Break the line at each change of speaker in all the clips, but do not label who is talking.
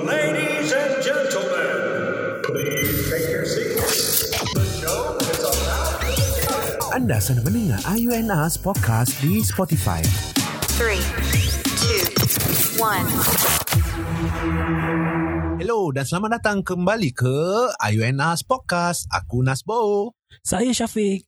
Ladies and gentlemen, please take your seats. The show is about to begin.
Anda sedang mendengar IUNA's podcast di Spotify.
Three, two, one.
Hello dan selamat datang kembali ke IUNA's podcast. Aku Nasbo.
Saya Syafiq.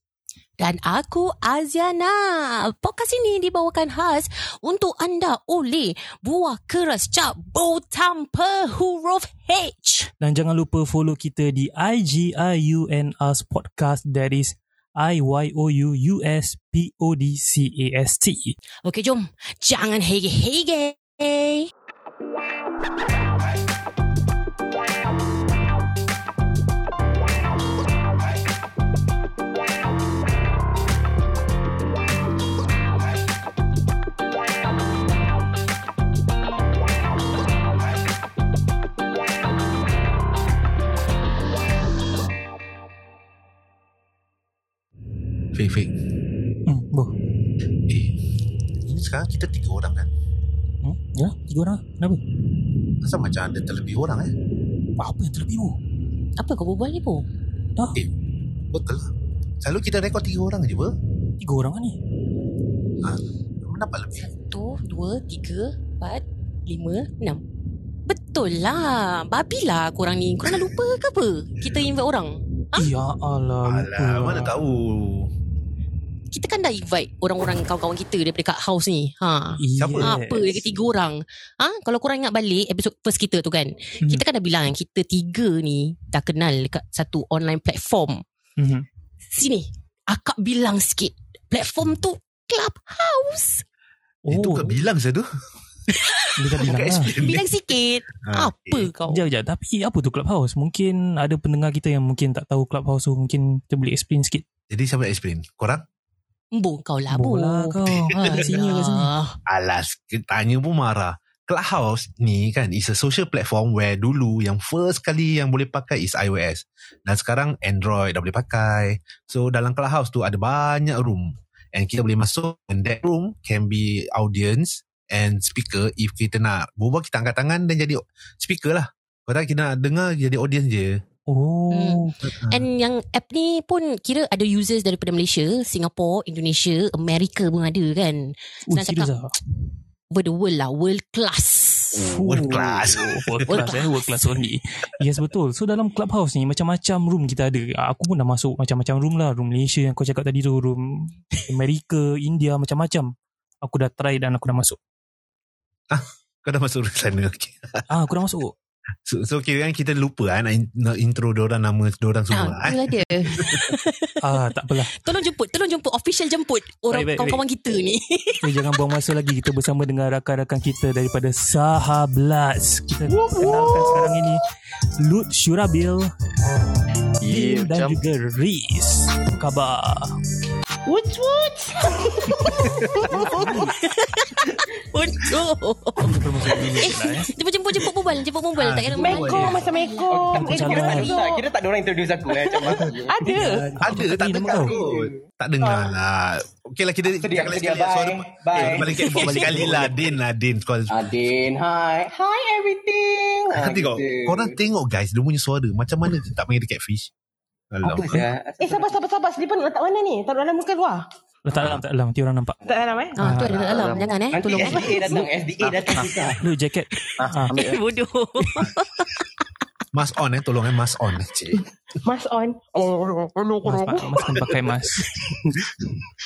Dan aku Aziana. Podcast ini dibawakan khas untuk anda oleh Buah Keras Cap Bau Tanpa Huruf H.
Dan jangan lupa follow kita di IG IUNS Podcast. That is I-Y-O-U-U-S-P-O-D-C-A-S-T.
Okey, jom. Jangan hege-hege.
Fik, Fik.
Hmm, boh.
Eh, ini sekarang kita tiga orang kan?
Hmm, ya, tiga orang. Kenapa?
Rasa macam ada terlebih orang eh?
Apa yang terlebih, boh?
Apa kau berbual ni, Bo?
Dah,
Eh, betul lah. Selalu kita rekod tiga orang je, ber.
tiga orang ni.
Kenapa lebih?
Satu, dua, tiga, empat, lima, enam. Betul lah. Babi lah korang ni. Korang dah lupa ke apa? Kita invite orang. Ha?
Ya Allah, lupa.
Alah, mana tahu.
Kita kan dah invite orang-orang kawan-kawan kita daripada kat house ni. Ha.
Yes.
Siapa?
Apa lagi tiga orang ha? Kalau korang ingat balik Episod first kita tu kan hmm. Kita kan dah bilang Kita tiga ni Dah kenal dekat satu online platform
Mhm.
Sini Akak bilang sikit Platform tu Clubhouse
Oh,
Eh, Itu kau bilang saya tu.
dia dah bilang
Bukan
lah.
SPM.
Bilang sikit
Ah,
Apa
eh.
kau
Sekejap, sekejap. Tapi apa tu Clubhouse? Mungkin ada pendengar kita yang mungkin tak tahu Clubhouse tu. Mungkin kita boleh explain sikit.
Jadi siapa nak explain? Korang?
Embung kau lah Bo
Bola kau.
Ah,
sini ke sini?
Alas, tanya pun marah. Clubhouse ni kan is a social platform where dulu yang first kali yang boleh pakai is iOS. Dan sekarang Android dah boleh pakai. So dalam Clubhouse tu ada banyak room. And kita boleh masuk and that room can be audience and speaker if kita nak berbual kita angkat tangan dan jadi speaker lah. Kalau tak kita nak dengar jadi audience je.
Oh.
And yang app ni pun Kira ada users daripada Malaysia Singapore Indonesia Amerika pun ada kan
Oh,
Nak
serius ah?
cakap- Over the world lah World class
World class.
Oh, World class eh World class only Yes betul So dalam clubhouse ni Macam-macam room kita ada Ah, Aku pun dah masuk Macam-macam room lah Room Malaysia yang kau cakap tadi tu Room Amerika India Macam-macam Aku dah try dan aku dah masuk
Kau dah masuk sana. Okay.
Ah, Aku dah masuk
So, so kira kan kita lupa kan nak, in- nak intro diorang nama diorang semua. eh.
Ah, itulah dia.
ah, Tak apalah
Tolong jemput, tolong jemput official jemput orang
Baik, baik,
kawan-kawan kita ni.
Kita jangan buang masa lagi Kita bersama dengan rakan-rakan kita Daripada Sahablats Kita kenalkan sekarang ini Lut Syurabil Dim dan juga Riz Apa khabar?
Bodoh. eh, jemput jemput jemput mobile, jemput mobile
Ah,
tak kira
jemput
mobile.
Mekong macam Ya, Mekong
Takut
Eh,
salah.
dia tak ada tak.
Kira tak ada orang introduce aku eh. Macam mana
Ada
Ada
Apa
tak
tadi nama
dengar
kau?
kot Tak dengar lah Okey lah kita
Sedia,
cakap
sedia.
lah.
Bye.
Suara-
Bye. Ah,
Eh, balik keyboard balik kali lah Din lah Din Kau
Adin Hi Hi everything
Nanti kau Korang tengok guys Dia punya suara Macam mana dia tak panggil dia catfish Alam
Apa sia
Eh sabar sabar sabar Selipan letak mana ni Taruh dalam muka luar
Letak dalam, tak dalam Nanti orang nampak
Letak dalam eh
Ah, tu ada dalam dalam. jangan eh.
Nanti
Tolong. eh.
SDA datang SDA datang susah
Lut jaket ah,
Bodoh.
Mas on eh Tolong eh Mas on eh cik.
Mask on
Mas, pak- mas kan pakai mas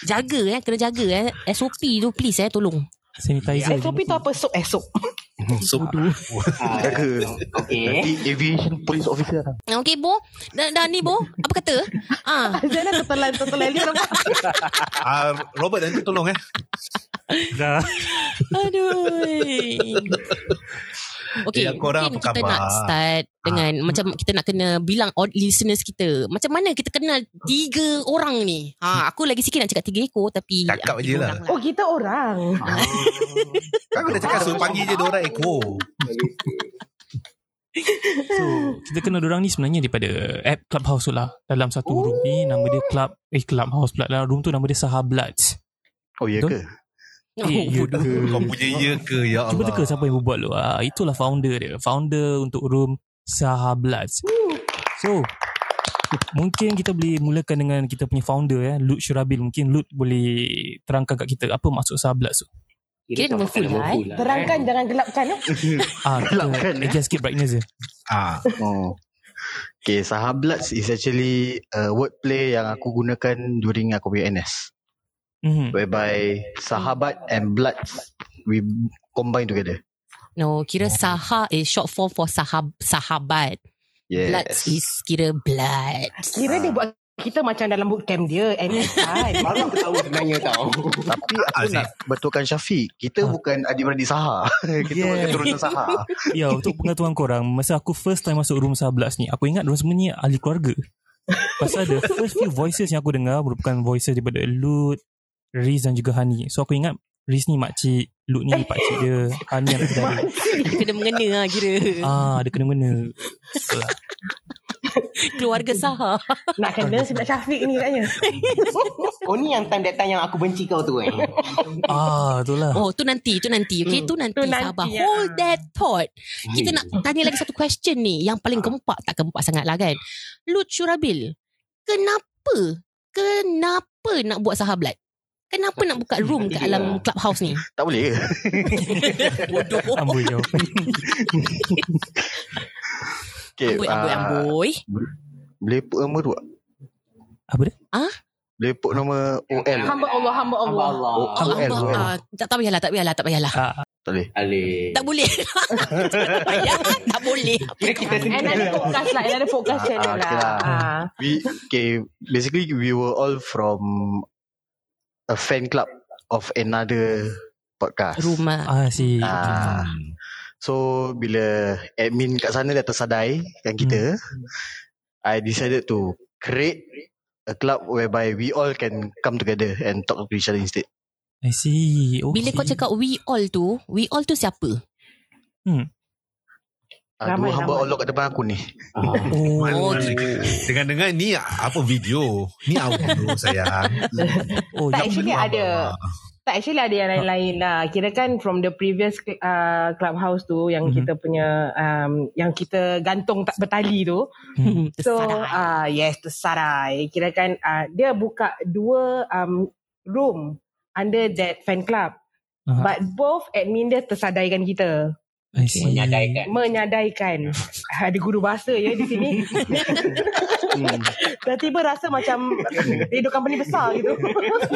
jaga eh, kena jaga eh. SOP tu please eh, tolong.
Sanitizer je
SOP tu apa Sop eh sop
So
Okay
aviation police officer
Nah, Ah, okey Bo. Dah, dah ni Bo. Apa kata? Ah,
Zainal tertelan tertelan dia nampak
ah, Robert nanti tolong eh
Dah.
Aduh. Okay,
Ya, korang
mungkin
apa
kita
khabar? Ha.
nak start dengan macam kita nak kena bilang odd listeners kita. Macam mana kita kenal tiga orang ni? Ha, aku lagi sikit nak cakap tiga ekor tapi
Cakap
ah,
je
tiga
lah.
orang
Oh kita orang
Kan aku dah cakap Suruh panggil je diorang Eko
So Kita kenal orang ni sebenarnya Daripada app Clubhouse tu lah Dalam satu Ooh. room ni Nama dia Club Eh Clubhouse pula lah Room tu nama dia Sahablats
oh ya
Betul?
ke
Eh,
Oh,
ya
bodoh.
ke?
Kau punya ya ke ya Allah
Cuba teka siapa yang buat dulu. Ah, itulah founder dia. Founder untuk room Sahablat. So, mungkin kita boleh mulakan dengan kita punya founder eh, Lut Syurabil. Mungkin Lut boleh terangkan kat kita apa maksud Sahablat tu.
Kira nama full lah, eh.
Terangkan jangan gelapkan ya.
Ah, kita
Gelapkan, eh?
adjust sikit brightness dia.
Ah,
Oh. Okay, Sahablats is actually a wordplay yang aku gunakan during aku punya NS.
Mhm.
Whereby sahabat and bloods we combine together.
No, kira saha is short form for sahab, sahabat.
Yes.
Blood is kira blood.
Kira dia buat kita macam dalam bootcamp dia. And kan.
Baru aku tahu sebenarnya tau.
Tapi aku
Aziz.
nak betulkan Syafiq. Kita
Oh.
Ah.
bukan adik-beradik Saha. Kita
Yeah.
bukan keturunan Saha.
Ya, untuk pengetahuan korang, masa aku first time masuk room 11 ni, aku ingat diorang semua ni ahli keluarga. Pasal the first few voices yang aku dengar merupakan voices daripada Lut, Riz dan juga Hani. So aku ingat Riz ni makcik, Lut ni pakcik dia, Hani anak saudara.
Dia kena mengena lah kira.
Ah, dia kena-mengena. So,
Keluarga saha.
Nak kena sebab Syafiq ni katanya.
Oh ni yang time that time yang aku benci kau tu eh.
ah, itulah.
Oh, tu nanti, tu nanti. Okay, tu nanti,
Tu nanti,
sabar.
ya.
Hold that thought. Kita nak tanya lagi satu question ni. Yang paling gempak, tak gempak sangat lah kan. Lut Syurabil, kenapa? Kenapa nak buat sahablat? Kenapa nak buka room kat dalam clubhouse ni?
tak boleh ke?
Bodoh.
Amboi jawapan.
Okay,
Amboi,
ah,
amboi, amboi.
Boleh put nombor dua?
Apa dia?
Ah?
Boleh put nombor
Ya.
OL?
Hamba Allah, hamba Allah.
Allah.
Oh,
Abang,
OL,
abang,
OL.
ah, tak, tak payahlah, tak payahlah, tak payahlah.
Tak boleh.
Alih.
Tak boleh. tak payah, tak boleh.
Kira kita sendiri.
Another podcast lah. Another podcast
Ah,
channel
ah,
lah.
okay lah.
Ah.
We, okay, basically we were all from a fan club of another podcast.
Rumah.
Ah, si.
Ah. So bila admin kat sana dah tersadai kan kita, I decided to create a club whereby we all can come together and talk to each other instead.
I see. Okay.
Bila kau cakap we all tu, we all tu siapa?
Uh,
Ramai,
dua hamba
ramai.
Allah kat depan aku ni.
Oh,
Oh,
Dengan-dengan ni apa video? Ni audio sayang.
oh, ya.
Tak, actually
Apa?
ada. Tak, actually ada yang lain-lain lah. Kira kan from the previous uh, clubhouse tu yang
Mhm.
kita punya, um, yang kita gantung tak bertali tu.
Hmm.
So,
Tersarai.
uh, yes, tersarai. Kira kan uh, dia buka dua um, room under that fan club.
Aha.
But both admin dia tersadaikan kita.
I see.
Menyadaikan.
Menyadaikan. Ada guru bahasa ya di sini.
Hmm.
Dah tiba rasa macam eh, dua company besar gitu.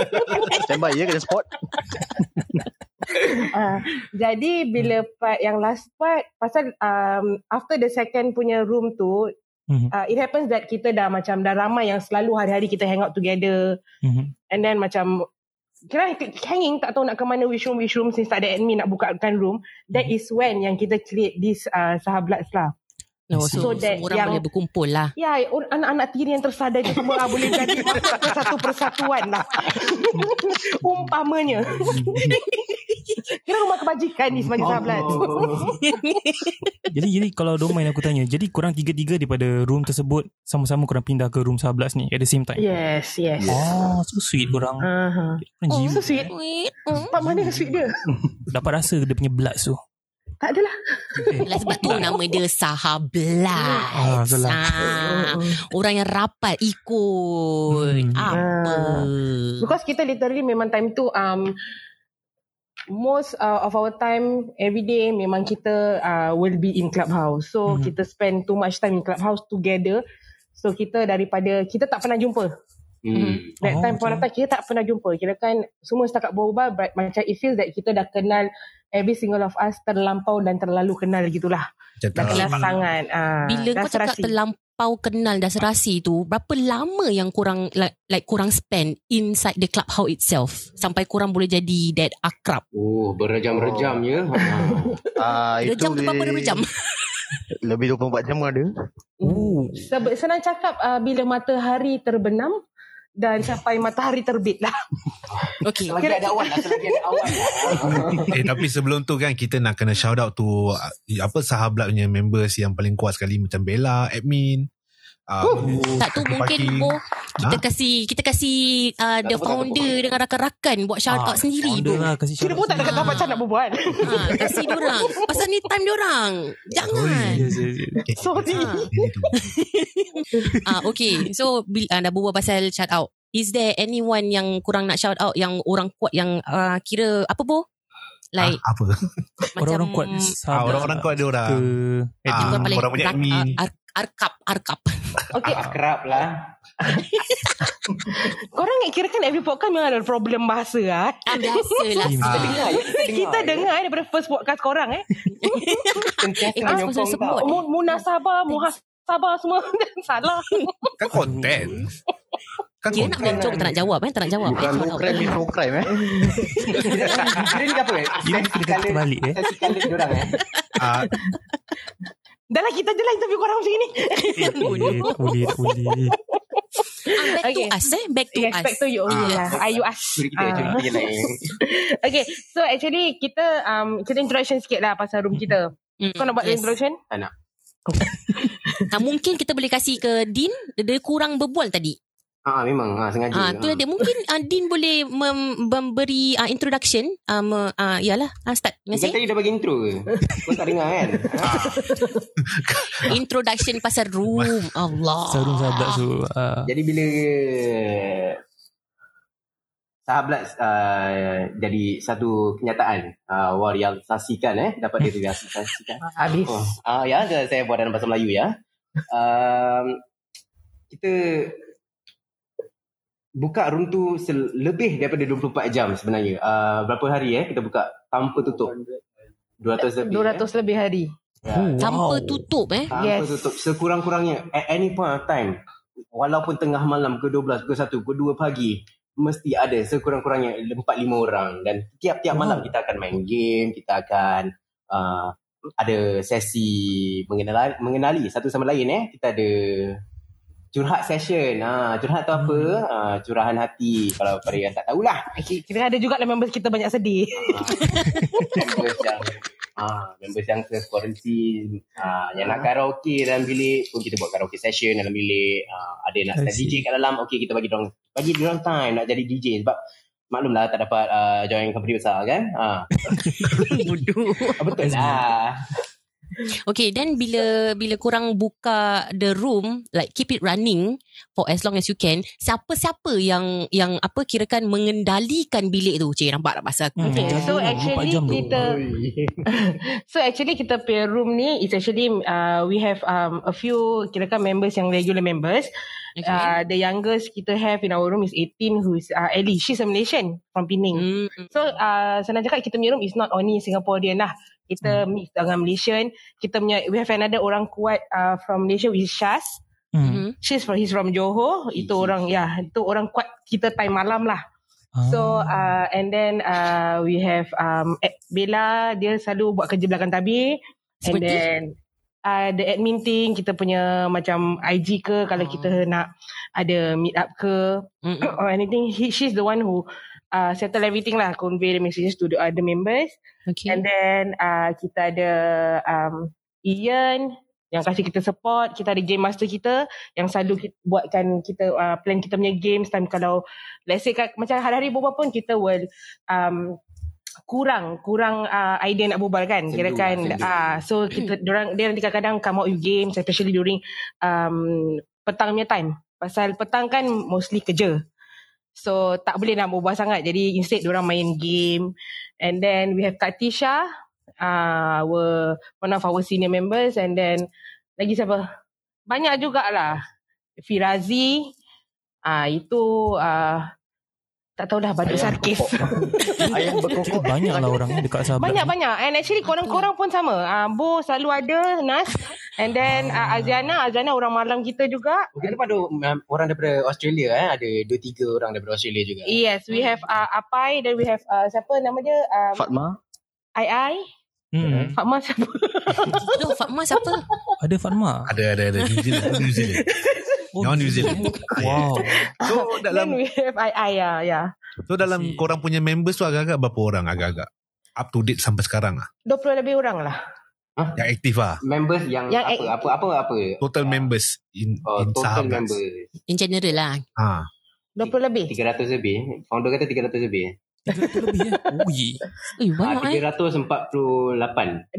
Stand by ya kena spot.
Ah, jadi bila part yang last part pasal um, after the second punya room tu
Mhm.
uh, it happens that kita dah macam dah ramai yang selalu hari-hari kita hang out together
Mhm.
and then macam kira hanging tak tahu nak ke mana which room which room since tak ada admin nak bukakan room that is when yang kita create this uh, sahabat lah
No, Oh,
so
so,
that
semua orang
yang-
boleh berkumpul lah.
ya or- anak-anak tiri yang tersadai tu semua ah, boleh jadi masuk ke satu persatuan lah umpamanya kira rumah kebajikan ni sebagai sahabat
Jadi jadi kalau don't mind aku tanya, jadi korang tiga-tiga daripada room tersebut sama-sama korang pindah ke room 11 ni at the same
Ya.
time.
Yes, yes.
Oh, so sweet korang.
Uh-huh.
Korang
Oh,
jiwa.
So sweet.
Wait, hmm.
Pak mana sweet dia?
Dapat rasa dia punya blood tu.
Tak adalah.
Eh,
Lah sebab tu nama dia sahabat.
Ah, salah.
Ah, orang yang rapat ikut.
Hmm.
Apa?
Because kita literally memang time tu um most uh, of our time every day memang kita uh, will be in clubhouse. So
Mhm.
kita spend too much time in clubhouse together. So kita daripada kita tak pernah jumpa.
Hmm.
That
Oh,
time
okay.
okay. time kita tak pernah jumpa. Kira kan semua setakat berubah but macam it feels that kita dah kenal every single of us terlampau dan terlalu kenal gitulah. Dah
Macam
kenal
tak-
sangat. Uh,
Bila kau cakap terlampau kenal dah serasi tu, berapa lama yang kurang like, like kurang spend inside the clubhouse itself sampai kurang boleh jadi that akrab?
Oh, berjam-rejam ya.
Ah, itu
Rejam tu berapa
boleh-
dia berjam?
Lebih 24 jam pun ada.
Oh,
Sebe- senang cakap uh, bila matahari terbenam dan sampai matahari terbit lah.
Okay.
Selagi ada awal lah. Selagi ada awal lah.
Eh tapi sebelum tu kan kita nak kena shout out to uh, apa sahabat punya members yang paling kuat sekali macam Bella, admin. Uh,
Oh, Tak tu mungkin Bo kita
Ha?
kasi kita kasi uh, the
Tak apa, tak apa.
founder dengan rakan-rakan buat shout out sendiri
Founder
Bo.
lah Kasih
Kira pun tak ada kata
Ah.
macam nak berbuat.
Ha, kasi diorang. Pasal ni time diorang. Jangan.
Yes, yes, yes.
Sorry.
Ha.
Ini tu.
Ah okay. So bila uh, dah berbual pasal shout out. Is there anyone yang kurang nak shout out yang orang kuat yang uh, kira apa Bo? Like
Ah, apa?
macam
Orang-orang kuat
Ah, orang-orang kau ada orang.
Ke
yang
Ah,
korang paling
orang punya
rak-
admin.
ah, ar- arkap arkap.
Okay,
Akrab lah.
korang nak kirakan every podcast memang ada problem bahasa ah.
Ah, biasalah.
Team.
Kita dengar je.
Kita dengar eh, daripada first podcast korang eh. Ah,
Sentiasa
Eh, kau
menyokong
sponsor
tau.
sebut.
Mu- Munasabah, muhasabah semua salah.
Kan konten. Kan
Kira nak
konten.
moncong tak nak jawab eh, tak nak jawab.
Bukan
eh, shout
low
out.
crime ni no crime eh.
Kira ni apa eh?
Kira kena kata balik eh
Sensi kala diorang eh.
Ah,
Dah lah kita je lah interview korang macam ni.
Tak boleh Tak boleh Tak boleh
Ah, back to
Okay.
us eh, back to
Yes,
us.
back to you only
Ah.
lah. Are you us?
Curi kita, curi
Ah.
kita lah eh.
Okay, so actually kita um, kita introduction sikit lah pasal room kita.
Mm,
Kau nak buat
yes.
introduction?
Ah, mungkin kita boleh kasih ke Din dia, dia kurang berbual tadi.
Ah, memang. Ah, sengaja.
Ah tu lah dia mungkin ah, Din boleh mem- memberi ah, introduction ah me- ah yalah ah, start dengan saya
Kan tadi dah bagi intro ke? Kau tak dengar kan?
introduction pasal room Allah.
Sarung sahabat so ah,
Jadi bila sahabat uh, jadi satu kenyataan uh, warisasikan eh dapat direalisasikan.
Habis.
Oh, ah ya saya- saya buat dalam bahasa Melayu ya. Um, kita buka room tu sel- lebih daripada 24 jam sebenarnya. Uh, berapa hari eh kita buka tanpa tutup?
200
200 lebih. Eh?
lebih hari.
Ya,
Oh,
Tanpa
wow.
tutup eh.
tanpa
Yes.
tutup sekurang-kurangnya at any point of time walaupun tengah malam ke 12 ke 1 ke 2 pagi mesti ada sekurang-kurangnya 4 5 orang dan tiap-tiap malam kita akan main game, kita akan uh, ada sesi mengenali mengenali satu sama lain eh. Kita ada curhat session. Ha, curhat tu apa? Ha, curahan hati kalau pada yang tak tahulah.
Okay, kira ada juga lah members kita banyak sedih.
Ah, members yang ah, members yang self quarantine ah, yang nak karaoke dalam bilik pun kita buat karaoke session dalam bilik ah, ada yang nak
I
stand
see.
DJ kat dalam okey kita bagi dorang bagi dorang time nak jadi DJ sebab maklumlah tak dapat ah, join company besar kan ah,
Hmm.
Bodoh.
betul lah
Okay then bila bila kurang buka the room like keep it running for as long as you can. Siapa-siapa yang yang apa kirakan mengendalikan bilik tu. Cik nampak tak bahasa aku.
Hmm,
Okay,
jam tu,
so actually
24 jam tu.
kita so actually kita pay room ni is actually uh, we have um, a few kirakan members yang regular members.
Okay.
Uh, the youngest kita have in our room is 18 who is uh, Ellie. She's a Malaysian from Penang.
Hmm.
Mm,
So uh, senang cakap kita punya room is not only Singaporean lah. Kita
Hmm.
mix dengan Malaysian. Kita punya we have another orang kuat uh, from Malaysia which is Shaz.
Hmm.
mm.
She's from he's from Johor. Itu orang ya, itu orang kuat kita time malam lah.
Ah.
So uh, and then uh, we have um, Ad- Bella dia selalu buat kerja belakang tabir and
Seperti?
then uh, the admin thing kita punya macam IG ke kalau
Ah.
kita nak ada meet up ke
Mm.
or anything he, she's the one who uh, settle everything lah convey the messages to the other members
Okay.
and then uh, kita ada um, Ian yang kasih kita support kita ada game master kita yang selalu kita, buatkan kita uh, plan kita punya games time kalau let's say kat, macam hari-hari berbual pun kita will um, kurang kurang uh, idea nak berbual kan
Sendu, lah,
kira kan
sendu.
uh, so kita orang dia nanti kadang-kadang come out with games especially during um, petang punya time pasal petang kan mostly kerja so tak boleh nak berbual sangat jadi instead orang main game and then we have Kak Tisha uh, our, one of our senior members and then lagi siapa banyak jugalah Firazi ah uh, itu uh, tak tahulah Badut Sarkis
Ayam
Kita
berkokok.
banyak lah orang dekat sahabat
Banyak banyak and actually korang-korang pun sama. Ah uh, Bo selalu ada Nas and then uh, Aziana Aziana orang malam kita juga.
mungkin daripada um, orang daripada Australia eh ada 2 3 orang daripada Australia juga
Yes, we have uh, Apai then we have uh, siapa nama dia um,
Fatma.
Ai Ai
hmm.
Fatma siapa?
Hello Fatma siapa?
Ada Fatma
ada, ada, ada. New Zealand. New Zealand.
Oh,
Yang New Zealand.
Wow
So, dalam
Then we have Ai Ai ya ya.
so dalam korang punya members tu agak-agak berapa orang? Agak-agak. Up to date sampai sekarang lah.
20 lebih orang lah.
Hah?
Yang aktif lah.
Members yang,
Yang
apa,
act-
apa apa apa
Total members in,
Oh,
in Ah.
total
Sahablas.
member
In general lah.
20 lebih
300 lebih Founder kata 300 lebih
Itu lebih eh. Oh, yeah.
Eh,
ah,
banyak eh.
348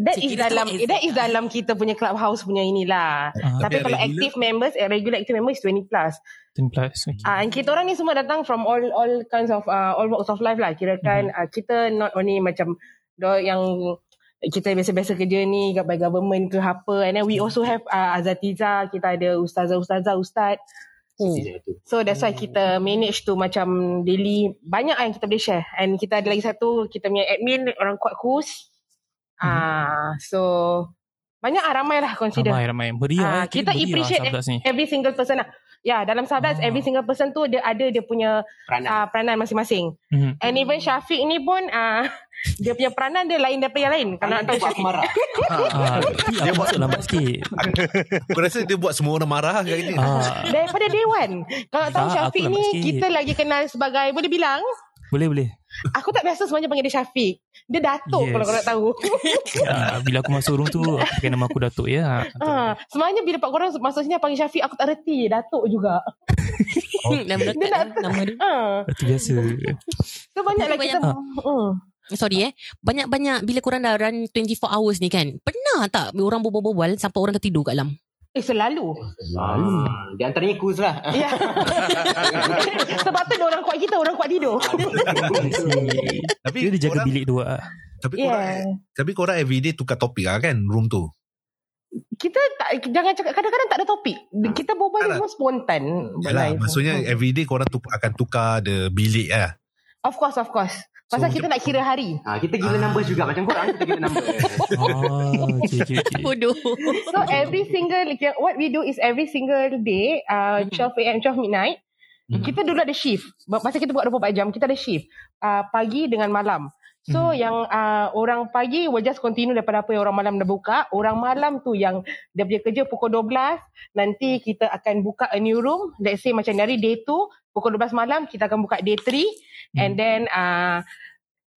That
So,
is
kita
dalam
tahu
That is
exact lah.
dalam kita punya clubhouse punya inilah
Ah,
Tapi
Tapi
kalau
regular-
active members eh, Regular active members is 20 plus
10 plus. Okay.
Ah, and kita orang ni semua datang from all all kinds of uh, all walks of life lah. Kirakan mm-hmm. uh, kita not only macam do yang kita biasa-biasa kerja ni by government ke apa and then we also have uh, Azatiza kita ada ustazah-ustazah ustaz Hmm.
Oh.
so that's why kita manage to macam daily banyak lah yang kita boleh share and kita ada lagi satu kita punya admin orang kuat kus ah so banyak ah ramai lah consider
Mm-hmm. Ramai, ramai. Meriah.
Ah,
eh. Kira
kita
meriah
appreciate
Sahablas ni.
every single person lah ya dalam sahabat
Ah.
every single person tu dia ada dia punya
peranan
Ah,
uh, peranan masing-masing.
Mhm.
And even Syafiq ni pun uh, dia punya peranan dia lain daripada yang lain. Kalau nak tahu
buat
Syafiq.
marah
Ah, tapi aku masuk lambat sikit.
Aku rasa dia buat semua orang marah kat ini.
Ah,
Daripada Dewan. Kalau nak tahu
Ah,
Syafiq
aku lambat
ni
sikit.
kita lagi kenal sebagai boleh bilang
boleh, boleh.
aku tak biasa sebenarnya panggil dia Syafiq. Dia Datuk
Yes.
yes. kalau kau nak tahu.
Ah, bila aku masuk room tu, aku pakai nama aku Datuk ya.
ha, sebenarnya bila pak korang masuk sini panggil Syafiq aku tak reti Datuk juga.
Nama dia tak eh, nama dia.
Ha,
Datuk biasa.
so banyaklah
Tapi
kita.
banyak-
Hmm.
Sorry eh Banyak-banyak Bila korang dah run 24 hours ni kan Pernah tak Orang berbual-bual Sampai orang tertidur kat dalam
Eh selalu.
Ah, Di antaranya Kuz lah
Ya. Sebab tu dia orang kuat kita, orang kuat tidur.
Tapi
Dia dia jaga
korang-
bilik dua. ah.
Tapi
Ya.
korang, eh, tapi korang everyday tukar topik lah kan room tu.
kita tak jangan cakap kadang-kadang tak ada topik. Kita berbual
Tak
semua spontan.
Yalah,
Berlainan.
maksudnya
Hmm.
everyday korang tu akan tukar the bilik lah.
of course of course. Pasal
So,
kita nak kira hari.
Ah, kita gila
Ah.
number juga macam korang kita gila number.
Ah, okay, okay, okay.
Bodoh
So every single what we do is every single day uh, 12 am 12 midnight
Mhm.
kita dulu ada shift. Masa kita buat 24 jam kita ada shift. Uh, pagi dengan malam. So
Mhm.
yang uh, orang pagi will just continue daripada apa yang orang malam dah buka. Orang malam tu yang dia punya kerja pukul 12 nanti kita akan buka a new room. Let's say macam dari day 2 pukul 12 malam kita akan buka day 3 and then uh,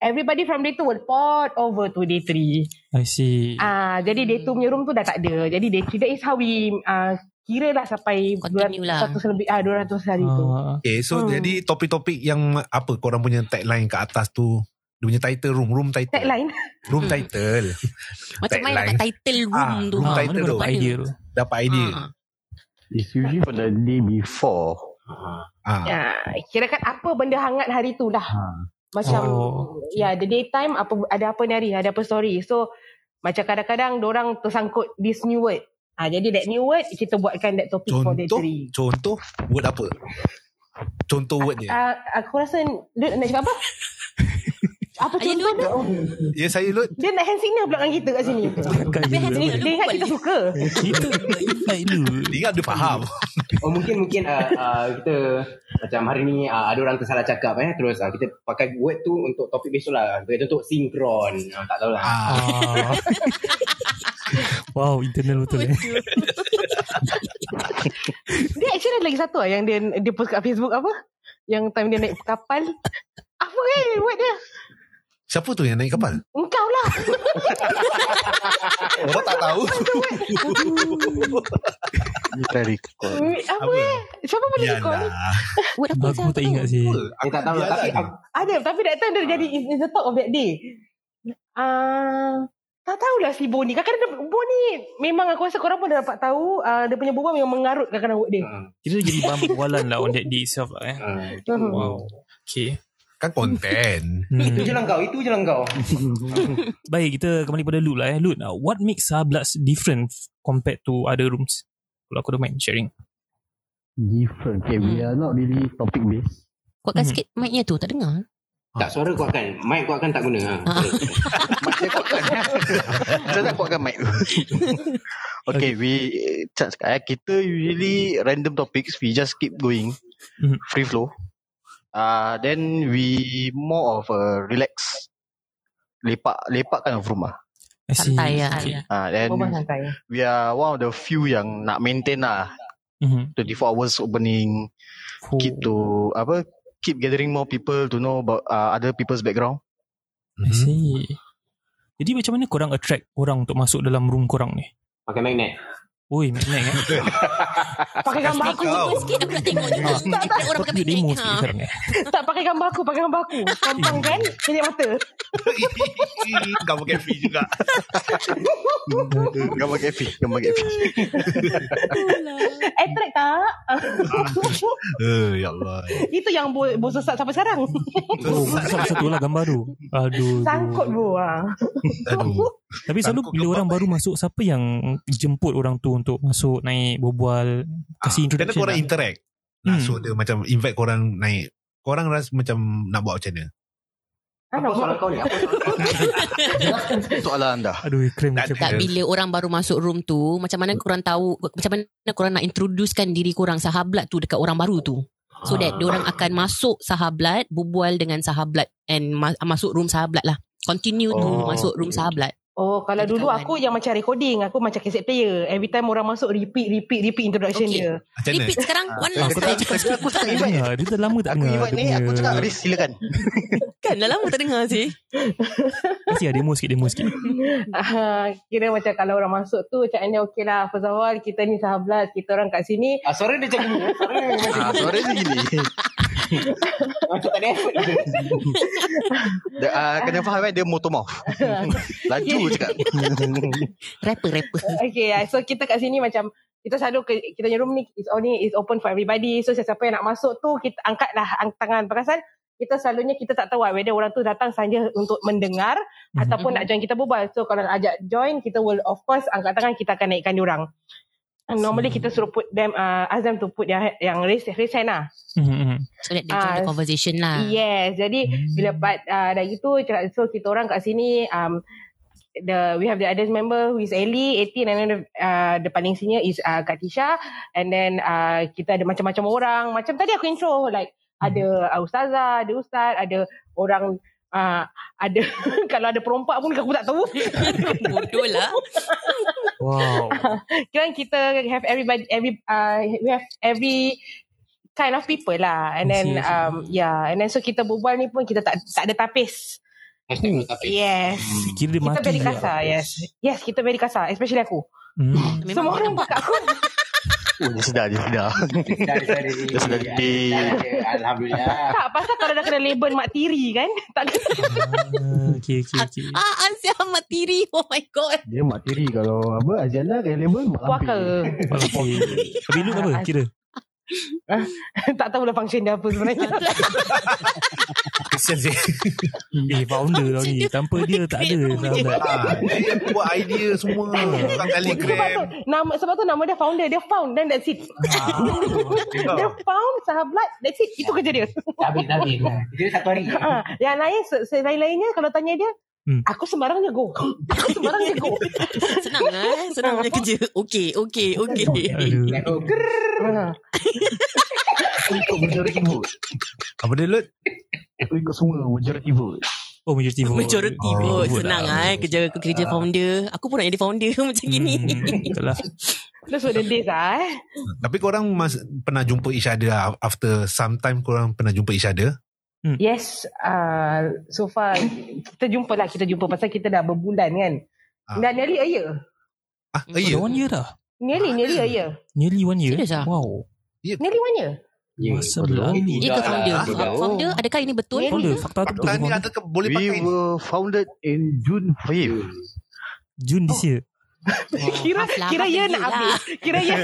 everybody from day 2 will port over to day 3.
I see.
Ah, jadi day 2 punya room tu dah tak ada. Jadi day 3 that is how we uh, kira lah sampai
Continue lah.
100 lebih ah 200 hari tu.
Ah,
Okay, so
Hmm.
jadi topik-topik yang apa korang punya tagline kat atas tu. Dia punya title room, room title.
Tagline
Hmm.
Room title.
Macam mana
Tagline.
dapat title room
Ah,
tu
room
ah,
title
mana kau
tu.
dapat idea tu?
Dapat idea.
Hmm.
Ah.
It's usually for the day before.
Ah.
Ya, kirakan apa benda hangat hari tu lah.
Ha.
Macam
Oh, okay.
ya the daytime apa ada apa ni hari, ada apa story. So macam kadang-kadang orang tersangkut this new word. Ah jadi that new word kita buatkan that topic for day
Contoh,
three.
contoh word apa? Contoh word dia.
Ah aku rasa Lut nak cakap apa? apa
Ayah
contoh
Ya
dia?
saya Lut.
Dia nak hand signal pula dengan kita kat sini.
Habis hand
Dia,
signal
dia ingat kita suka.
Kita like dulu.
Ingat dia faham.
Oh mungkin mungkin uh, uh, kita macam hari ni uh, ada orang tersalah cakap eh terus uh, kita pakai word tu untuk topik besok lah. Bagi contoh sinkron. Uh, tak tahu lah.
Hmm.
Ah.
Ah. wow, internal betul eh.
Dia actually ada lagi satu lah yang dia dia post kat Facebook apa? Yang time dia naik kapal. Apa eh word dia?
Siapa tu yang naik kapal?
Engkau lah.
Orang tak tahu.
Kita record.
Apa eh? Siapa boleh recall?
Yalah.
Word apa
Aku tak ingat sih.
Apa?
Eh, tak tahu lah. Tapi
Yalah.
aku,
Ada tapi that time dia jadi is, is the talk of that day. Ah, tak tahulah si Bo ni. Kadang-kadang dia- Bo ni memang aku rasa korang pun dah dapat tahu ah, dia punya berbual memang mengarut kadang-kadang word dia.
uh,
Kita jadi bahan perbualan lah on that day itself lah eh.
uh,
Mhm.
Wow. Okay.
Kan konten.
itu
Hmm.
je lah kau. Itu je lah kau.
Baik, kita kembali pada Lut lah eh. Lut, uh, what makes Sablats different compared to other rooms? Kalau aku don't mind sharing.
Different. Okay, we are not really topic based.
Kuatkan
Mhm.
sikit mic-nya tu Tak dengar
Tak suara kuatkan. Mic kuatkan tak guna. Ha.
Ah.
Mic saya kuatkan. saya tak kuatkan mic. okay, we chat eh, kita usually random topics we just keep going
Mhm.
free flow. Uh, then we more of a relax lepak lepak kind of rumah.
I see.
Santai lah.
Okay. Hmm.
Ah, uh, then
Berbual santai.
we are one of the few yang nak maintain lah
Mhm.
24 hours opening
Oh.
keep to apa ah, keep gathering more people to know about uh, other people's background.
I see. Jadi macam mana korang attract orang untuk masuk dalam room korang ni?
Pakai magnet.
Oi, magnet eh.
Pakai gambar
Aku
aku.
jumpa sikit Aku nak tengok juga
Tak, tak.
Orang pakai
Patut
big
demo
neck
sikit
ha.
sekarang ni.
Tak pakai gambar aku, pakai gambar aku. Tampang kan? Pendek mata.
Kau pakai fee juga
Gambar Gafi, gambar Gafi.
Attract tak?
Eh, Ya Allah
Itu yang bo, bo sesat sampai sekarang.
Oh, satu satu lah gambar tu. Aduh.
Sangkut bo. Ha.
Aduh
Tapi selalu
Sangkut
bila
kebab.
orang baru masuk, siapa yang jemput orang tu untuk masuk, naik, berbual,
Ah, Kena
kasih introduction?
korang
lah.
interact Nah,
Hmm.
so dia macam invite korang naik Korang rasa macam nak buat macam mana?
Kan
Apa soalan kau ni? Apa soalan kau? Jelaskan
Soalan anda.
Aduh, krim
Tak
macam
ada.
Tak bila orang baru masuk room tu Macam mana korang tahu Macam mana korang nak introducekan diri korang Sahablat tu dekat orang baru tu So that orang akan masuk sahablat Berbual dengan sahablat And ma- masuk room sahablat lah Continue tu
Oh,
masuk room sahablat
Oh, kalau
Jadi
dulu
kawan.
aku yang macam recording, aku macam cassette player. Every time orang masuk repeat repeat repeat introduction
Okay.
dia.
Macam mana? Ah.
Repeat sekarang One last
Aku tak,
time
aku tak, aku tak invite.
Dengar, Ah, dia dah lama tak
Aku
dengar.
invite ni, aku cakap Riz silakan.
Kan dah lama tak dengar sih
Kasih lah demo sikit, demo sikit.
Ah, kira macam kalau orang masuk tu macam mana okey lah first of all kita ni sahabat kita orang kat sini
Ah, suara dia macam gini. Suara dia macam
Ah, suara dia gini.
macam tak ada effort.
Dia, ah, kena faham kan dia motor mouth. Laju cakap.
Rapper rapper
okay ah, so kita kat sini macam kita selalu ke, kita punya room ni is only is open for everybody so siapa yang nak masuk tu kita angkat lah ang, tangan perasaan kita selalunya kita tak tahu lah whether orang tu datang saja untuk mendengar
Mhm.
ataupun nak join kita berbual so kalau nak ajak join kita will of course angkat tangan kita akan naikkan diorang And normally kita suruh put them uh, ask them to put their hand- yang raise, raise hand lah
Mhm, mhm.
So that they join the
Ah,
conversation lah
Yes, jadi bila part uh, dah gitu cakap so kita orang kat sini um the we have the others member who is Ellie, 18 and then the, uh, the paling senior is uh, Kak Tisha and then uh, kita ada macam-macam orang. Macam tadi aku intro like ada uh, ustazah, ada ustaz, ada orang uh, ada kalau ada perompak pun aku tak tahu.
Bodoh lah
Wow.
Kira kita have everybody every uh, we have every kind of people lah
I
and then
see, I see.
um yeah and then so kita berbual ni pun kita tak tak ada tapis.
Hashtag no topic.
Yes.
Kira dia
Kita
mati.
very
je.
kasar, yes. Yes, kita very kasar. Especially aku.
Hmm.
Memang
Semua
aku
orang
nampak.
pakai aku.
Oh, dia sedar, dia sedar.
Dari dari
Dia sedar deep.
Alhamdulillah.
tak, pasal kalau dah kena label mak tiri kan. Tak
Ah, okay, okay, okay.
Ah Azia amat tiri Oh my god
Dia mak tiri kalau apa Aziana available mak
puaka.
lampir.
Okay. Habis lu apa kira?
tak tahulah function dia apa sebenarnya.
Kesian sih
Eh, founder kau ni. Tanpa dia tak ada. sahabat.
ha, Dia yang buat idea semua Tukang
sebab tu
telegram
nama sebab tu nama dia founder, dia found then that's it. dia found sahabat, that's it. Itu kerja dia.
Tabik tabik. Dia satu hari.
Ha, yang lain se- se- lain-lainnya kalau tanya dia,
Hmm.
aku sembarang je go. Aku sembarang je go.
Senang eh Senang punya kerja Okay okay okay
Aduh.
Aku ger.
Ha.
Ikut berjurut ibu.
Apa dia Lut?
Aku ikut semua majority vote.
Oh, majority vote.
Majority
Oh,
vote
vote
Senang
lah.
lah eh Kerja kerja founder Aku pun nak jadi founder Macam gini
Hmm, betul lah.
That's what the days ah. Eh.
Tapi korang mas, pernah jumpa each other ah? After some time korang pernah jumpa each other
Yes, uh, so far kita jumpa lah, kita jumpa pasal kita dah berbulan kan.
Ah.
Dah nearly a year.
Ah, eh,
Hmm.
Oh,
ya
dah one year dah.
Nearly, nearly a year.
Nearly one year.
Serius ah?
Wow.
Nearly one year.
Ya.
Masa berlalu.
Dia
lah.
ke founder Founder adakah ini betul
Founder, fakta tu betul.
Fakta ni
founder.
ada ke boleh
We
pakai
were founded
In June 5.
with
Jun this year.
Kira
half lah,
kira
half
ya
a
nak
year
habis.
lah.
Kira ya.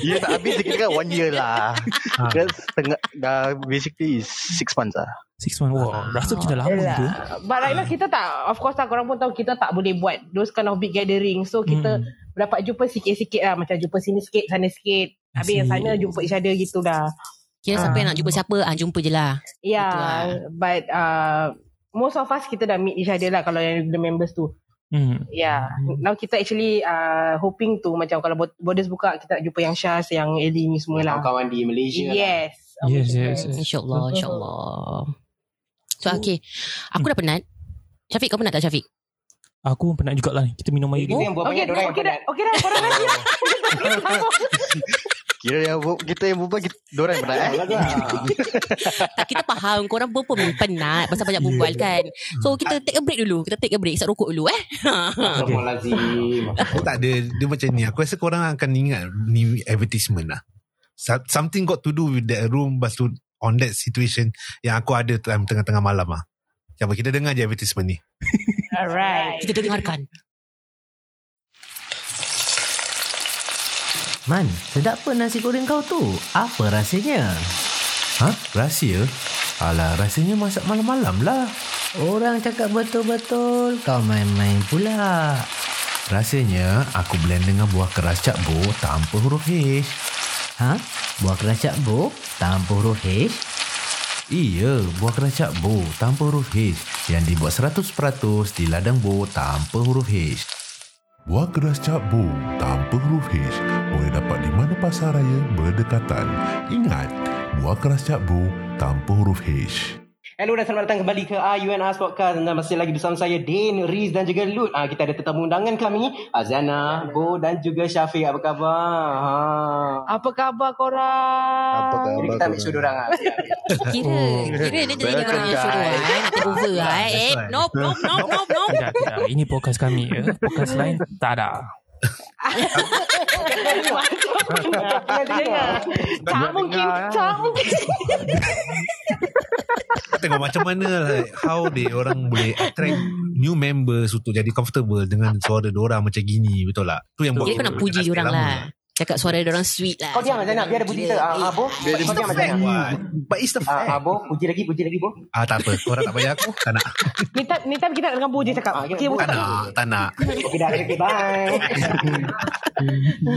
Ya tak habis dia kira one year lah.
Ah.
Kira setengah dah basically is six months lah.
Six months. Wow. Rasa kita lama tu.
Yelah. But right now kita tak Of course lah korang pun tahu Kita tak boleh buat Those kind of big gathering So kita
Hmm.
Dapat jumpa sikit-sikit lah Macam jumpa sini sikit Sana sikit Habis yang
Asyik.
sana Jumpa each other gitu dah
Kira siapa yang nak jumpa siapa ah, Jumpa je lah
Ya yeah,
Betul lah.
But uh, Most of us Kita dah meet each other lah Kalau yang the members tu
Hmm.
Yeah Now kita actually uh, Hoping to Macam kalau bod- borders buka Kita nak jumpa yang Syaz Yang Ellie ni semua lah
Kawan-kawan di Malaysia. lah.
Yes
Yes, yes, yes.
InsyaAllah InsyaAllah So okay Aku dah penat Syafiq kau penat tak Syafiq
Aku pun penat jugalah ni. Kita minum air dulu.
Kita yang buat
Okay,
banyak
okay,
orang
dah, okay,
yang
dah,
penat.
okay dah korang lagi
Kira yang bu- kita yang berbual kita diorang yang berat eh.
tak, kita faham korang pun pun penat pasal banyak berbual kan.
Ah.
So kita take a break dulu. Kita take a break. Isap rokok dulu eh.
Semua lazim.
Aku tak ada Dia macam ni Aku rasa korang akan ingat Ni advertisement lah Some- Something got to do With that room Lepas tu On that situation Yang aku ada time Tengah-tengah malam lah Jom kita dengar je advertisement ni
Alright.
Kita dengarkan.
Man, sedap pun nasi goreng kau tu. Apa rasanya?
Ha? Rahsia? Alah rasanya masak malam-malam lah
Orang cakap betul-betul. Kau main-main pula.
Rasanya aku blend dengan buah keras cabur Tanpa huruf H
Ha? Buah keracak bo? Tanpa huruf H?
Iya, buah keras cabur tanpa huruf H Yang dibuat 100% di ladang bo tanpa huruf H
Buah keras Cap Bo tanpa huruf H boleh dapat di mana pasar raya berdekatan. Ingat, buah keras Cap Bo tanpa huruf H.
Hello dan selamat datang kembali ke RUN Us Podcast dan masih lagi bersama saya Din, Riz dan juga Lut. Ah, kita ada tetamu undangan kami, Azana, Bo dan juga Syafiq. Apa khabar? Ha.
Apa khabar korang?
Apa
Jadi
khabar?
kita ambil suruh orang. ah.
Kira. Kira dia jadi
Oh. Welcome,
orang yang suruh.
guys.
eh. Nak take over. eh. Eh, nope, nope, nope, nope, nope.
Tidak, tidak. Ini podcast kami ya. Podcast lain tak ada.
kan Tak mungkin. Tak mungkin.
Kau tengok macam mana like, How they orang boleh attract New members Untuk jadi comfortable Dengan suara orang macam gini Betul tak? Tu yang buat
Kira kau nak
orang
puji
stay
orang
lama.
lah. Cakap suara dia orang sweet lah. eh.
Kau diam Azana, biar ada bunyi tu. Ah, ah, Bo.
Biar dia
Kau diam
bunyi.
Azana.
Why? But it's the
Ah, ah,
fact
Bo, puji lagi, puji lagi, Bo.
Ah tak apa Korang tak payah aku Tak nak
Ni time, ni time kita nak dengan Bo je cakap.
Ah, kita
Okay, Bo.
Bo.
Tak nak Tak nak
Okey dah, okey, bye.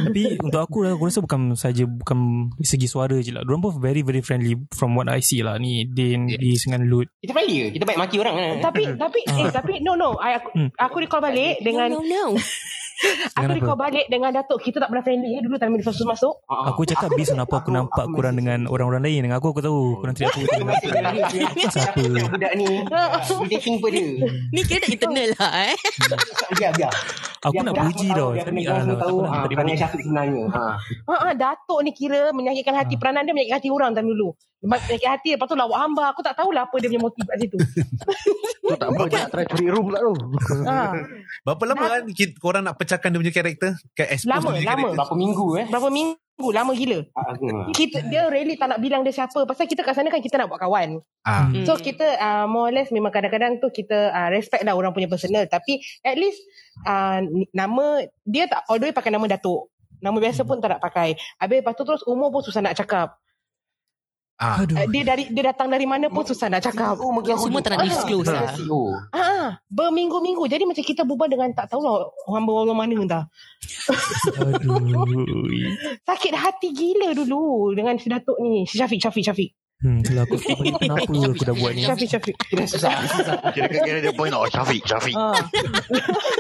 Tapi untuk aku lah, aku rasa bukan saja bukan dari segi suara je lah. Diorang pun very very friendly from what I see lah. Ni Din, yeah. Riz dengan Lut.
Kita friendly ke? Kita baik maki orang kan?
Tapi tapi eh tapi no no I, aku
Hmm.
aku recall balik dengan
No, no, no.
aku
Dengan
recall balik dengan Datuk kita tak pernah friendly eh dulu time media sosial masuk.
Ah,
Aku cakap based on apa Ah. aku Oh. nampak korang dengan orang-orang lain. Dengan aku aku tahu korang tidak aku dengan apa. Pasal apa?
Budak ni Ah, Dia dating pun dia
Ni kira dah internal lah eh.
Biar biar
Aku nak puji tau.
Dia
Tapi,
pening
alah,
orang semua
tak
tahu
pernah
ah,
dapat
Perangai
dipuji.
Syafiq sebenarnya ha.
Ha ah Datuk ni kira menyakitkan hati peranan dia menyakitkan hati orang time dulu. Menyakitkan hati lepas tu lawak hamba. Aku tak tahulah apa dia punya motif kat situ.
Tu tak apa dia nak try curi room pula tu.
Ha.
Berapa lama kan kita, Korang nak pecahkan dia punya karakter Kat expose dia
Lama,
punya
lama.
karakter
Berapa minggu eh
Berapa minggu lama gila.
Ah, ah.
Kita dia really tak nak bilang dia siapa pasal kita kat sana kan kita nak buat kawan.
ah,
Hmm.
So kita uh, more or less memang kadang-kadang tu kita uh, respect lah orang punya personal tapi at least uh, ni- nama dia tak all the way pakai nama Datuk. Nama biasa pun tak nak pakai. Habis lepas tu terus umur pun susah nak cakap.
ah.
Aduh.
Uh, dia dari dia datang dari mana pun susah nak cakap.
Oh, mungkin aku
Semua tak nak
duduk.
disclose
Ah,
lah.
CEO.
Ah, berminggu-minggu. Jadi macam kita berbual dengan tak tahu lah hamba Allah mana entah.
Aduh.
Sakit hati gila dulu dengan si Datuk ni. Si Syafiq, Syafiq, Syafiq.
Hmm, kalau aku fikir balik, kenapa aku dah buat ni?
Syafiq, Syafiq.
Kira susah susah.
Kira kira dia point out oh, Syafiq, Syafiq.
Ah,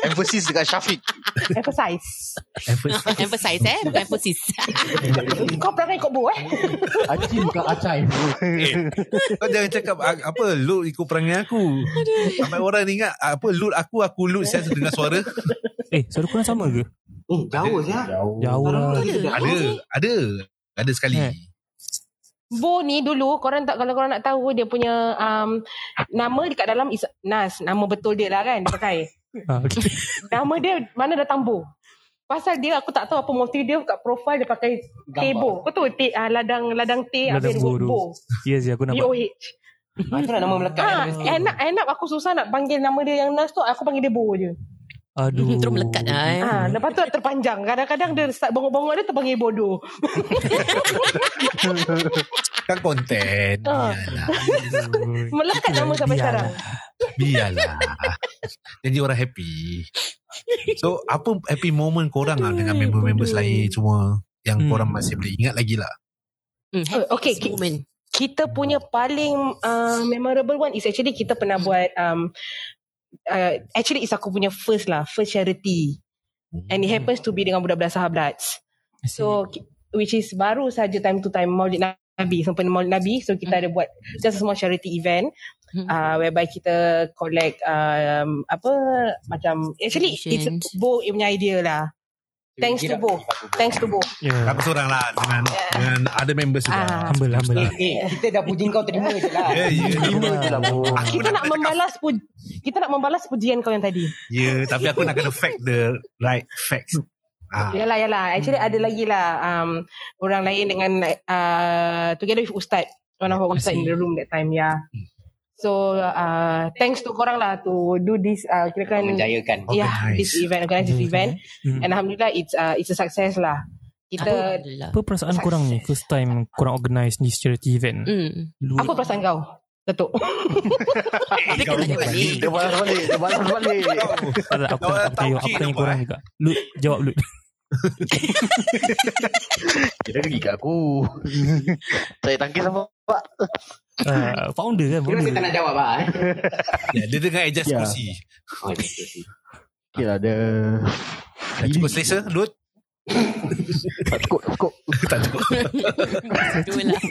Emphasis dekat Syafiq.
emphasize.
Emphasize eh. Bukan emphasis.
Kau perangai kau bu eh?
Aci bukan acai.
Kau jangan cakap ah, Apa Lut ikut perangai aku Sampai orang ingat ah, Apa Lut aku Aku Lut Saya dengar suara
Eh, suara korang sama ke?
Eh, jauh sah.
Jauh lah.
Ada Ada Ada sekali
Eh.
Bo ni dulu korang tak kalau korang nak tahu dia punya um, nama dekat dalam is Nas. Nama betul dia lah kan dia pakai.
Ah, okay.
Nama dia mana datang Bo. Pasal dia aku tak tahu apa motif dia kat profile dia pakai teh Bo. Kau tahu teh ah, ladang ladang teh
Ladang
habis
Bo
Bo.
tu.
Bo.
Yes, yes, Ya, aku nampak.
B-O-H.
Ah, tu nak nama melekat
Ah,
dalam skin.
enak enak aku susah nak panggil nama dia yang Nas tu aku panggil dia Bo je.
Aduh.
Terus melekat lah eh.
Ah, lepas tu terpanjang. Kadang-kadang dia start bongok-bongok dia terpanggil bodoh.
Kan konten
Ah.
Biarlah
Aduh. lah.
Melekat nama sampai
Biarlah.
sekarang.
Biarlah Jadi orang happy So apa happy moment korang lah Dengan members-members lain Semua Yang
Hmm.
korang masih boleh ingat lagi lah
Hmm,
Oh, okay,
happiest moment.
Kita punya paling uh, memorable one is actually kita pernah buat um, uh, actually is aku punya first lah, first charity. And it happens to be dengan budak-budak sahabat. So ki- which is baru saja time to time Maulid Nabi sempena Maulid Nabi so kita ada buat just a small charity event
Hmm.
uh, whereby kita collect um, apa macam actually it's
Donations.
Bo punya idea lah Thanks to both. Thanks to both.
Ya.
Yeah. Aku seorang lah dengan, dengan other members juga.
Ah.
Humble, humble
Hmm.
lah.
Eh, kita dah puji kau terima je lah.
Ya, ya.
Terima je lah. bro.
Aku
Kita nak
kena cakap,
membalas pu, kita nak membalas pujian kau yang tadi.
Ya, tapi aku nak kena fact the right facts. Ah.
Yalah yalah Actually ada lagi lah um, Orang lain dengan uh, Together with Ustaz One of our Ustaz in the room that time Yeah So uh, Thanks to korang lah To do this uh, Kirakan
Menjayakan.
Yeah
Organize.
This event Organize this event
Hmm.
And Alhamdulillah It's uh, it's a success lah Kita
Alhamdulillah.
Apa perasaan korang ni First time korang organise ni charity event
Hmm.
Lu-
Apa perasaan kau? Datuk
Dia kena tanya balik.
Dia balas balik. Dia balas balik.
Oh, Tak, tak,
Orang
aku tak, tak percaya
tauhid
Aku tanya
nampak,
korang
eh.
juga Lut Jawab Lut
Dia dah pergi kat aku. Saya tangkis apa?
Ah, Founder kan
Kira saya tak
founder.
nak jawab lah. eh.
Ya, dia dengan adjust
Ya.
kursi.
Oh, dia tu sih.
Okay lah, dia...
Dah cukup selesa, Lut?
Tak cukup, tak cukup.
tak cukup.
Betul lah.